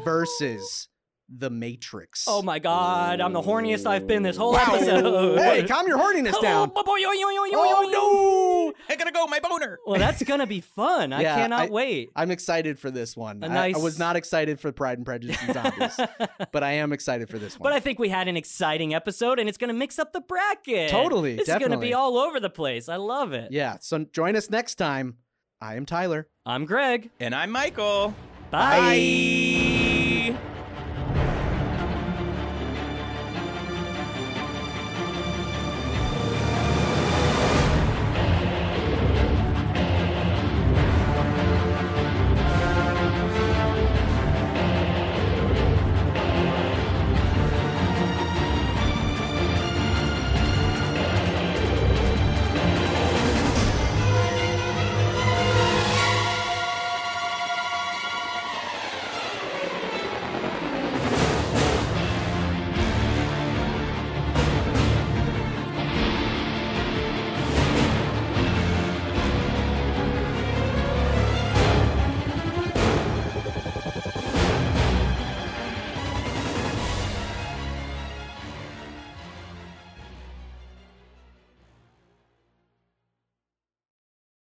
Speaker 3: versus The Matrix.
Speaker 2: Oh my god, I'm the horniest I've been this whole
Speaker 1: Wow.
Speaker 2: episode.
Speaker 3: Hey, calm your horniness down.
Speaker 2: Oh, boy, yo, yo, yo, yo, yo, yo.
Speaker 3: Oh, no.
Speaker 1: I gotta go, my boner.
Speaker 2: Well, that's gonna be fun. I
Speaker 3: Yeah,
Speaker 2: cannot
Speaker 3: I-
Speaker 2: wait.
Speaker 3: I'm excited for this one.
Speaker 2: A
Speaker 3: I- I,
Speaker 2: nice-
Speaker 3: was not excited for Pride and Prejudice and Zombies, but I am excited for this one.
Speaker 2: But I think we had an exciting episode, and it's going to mix up the bracket.
Speaker 3: Totally,
Speaker 2: It's going to
Speaker 3: definitely.
Speaker 2: be all over the place. I love it.
Speaker 3: yeah, so join us next time. I am Tyler.
Speaker 2: I'm Greg.
Speaker 1: And I'm Michael.
Speaker 2: Bye.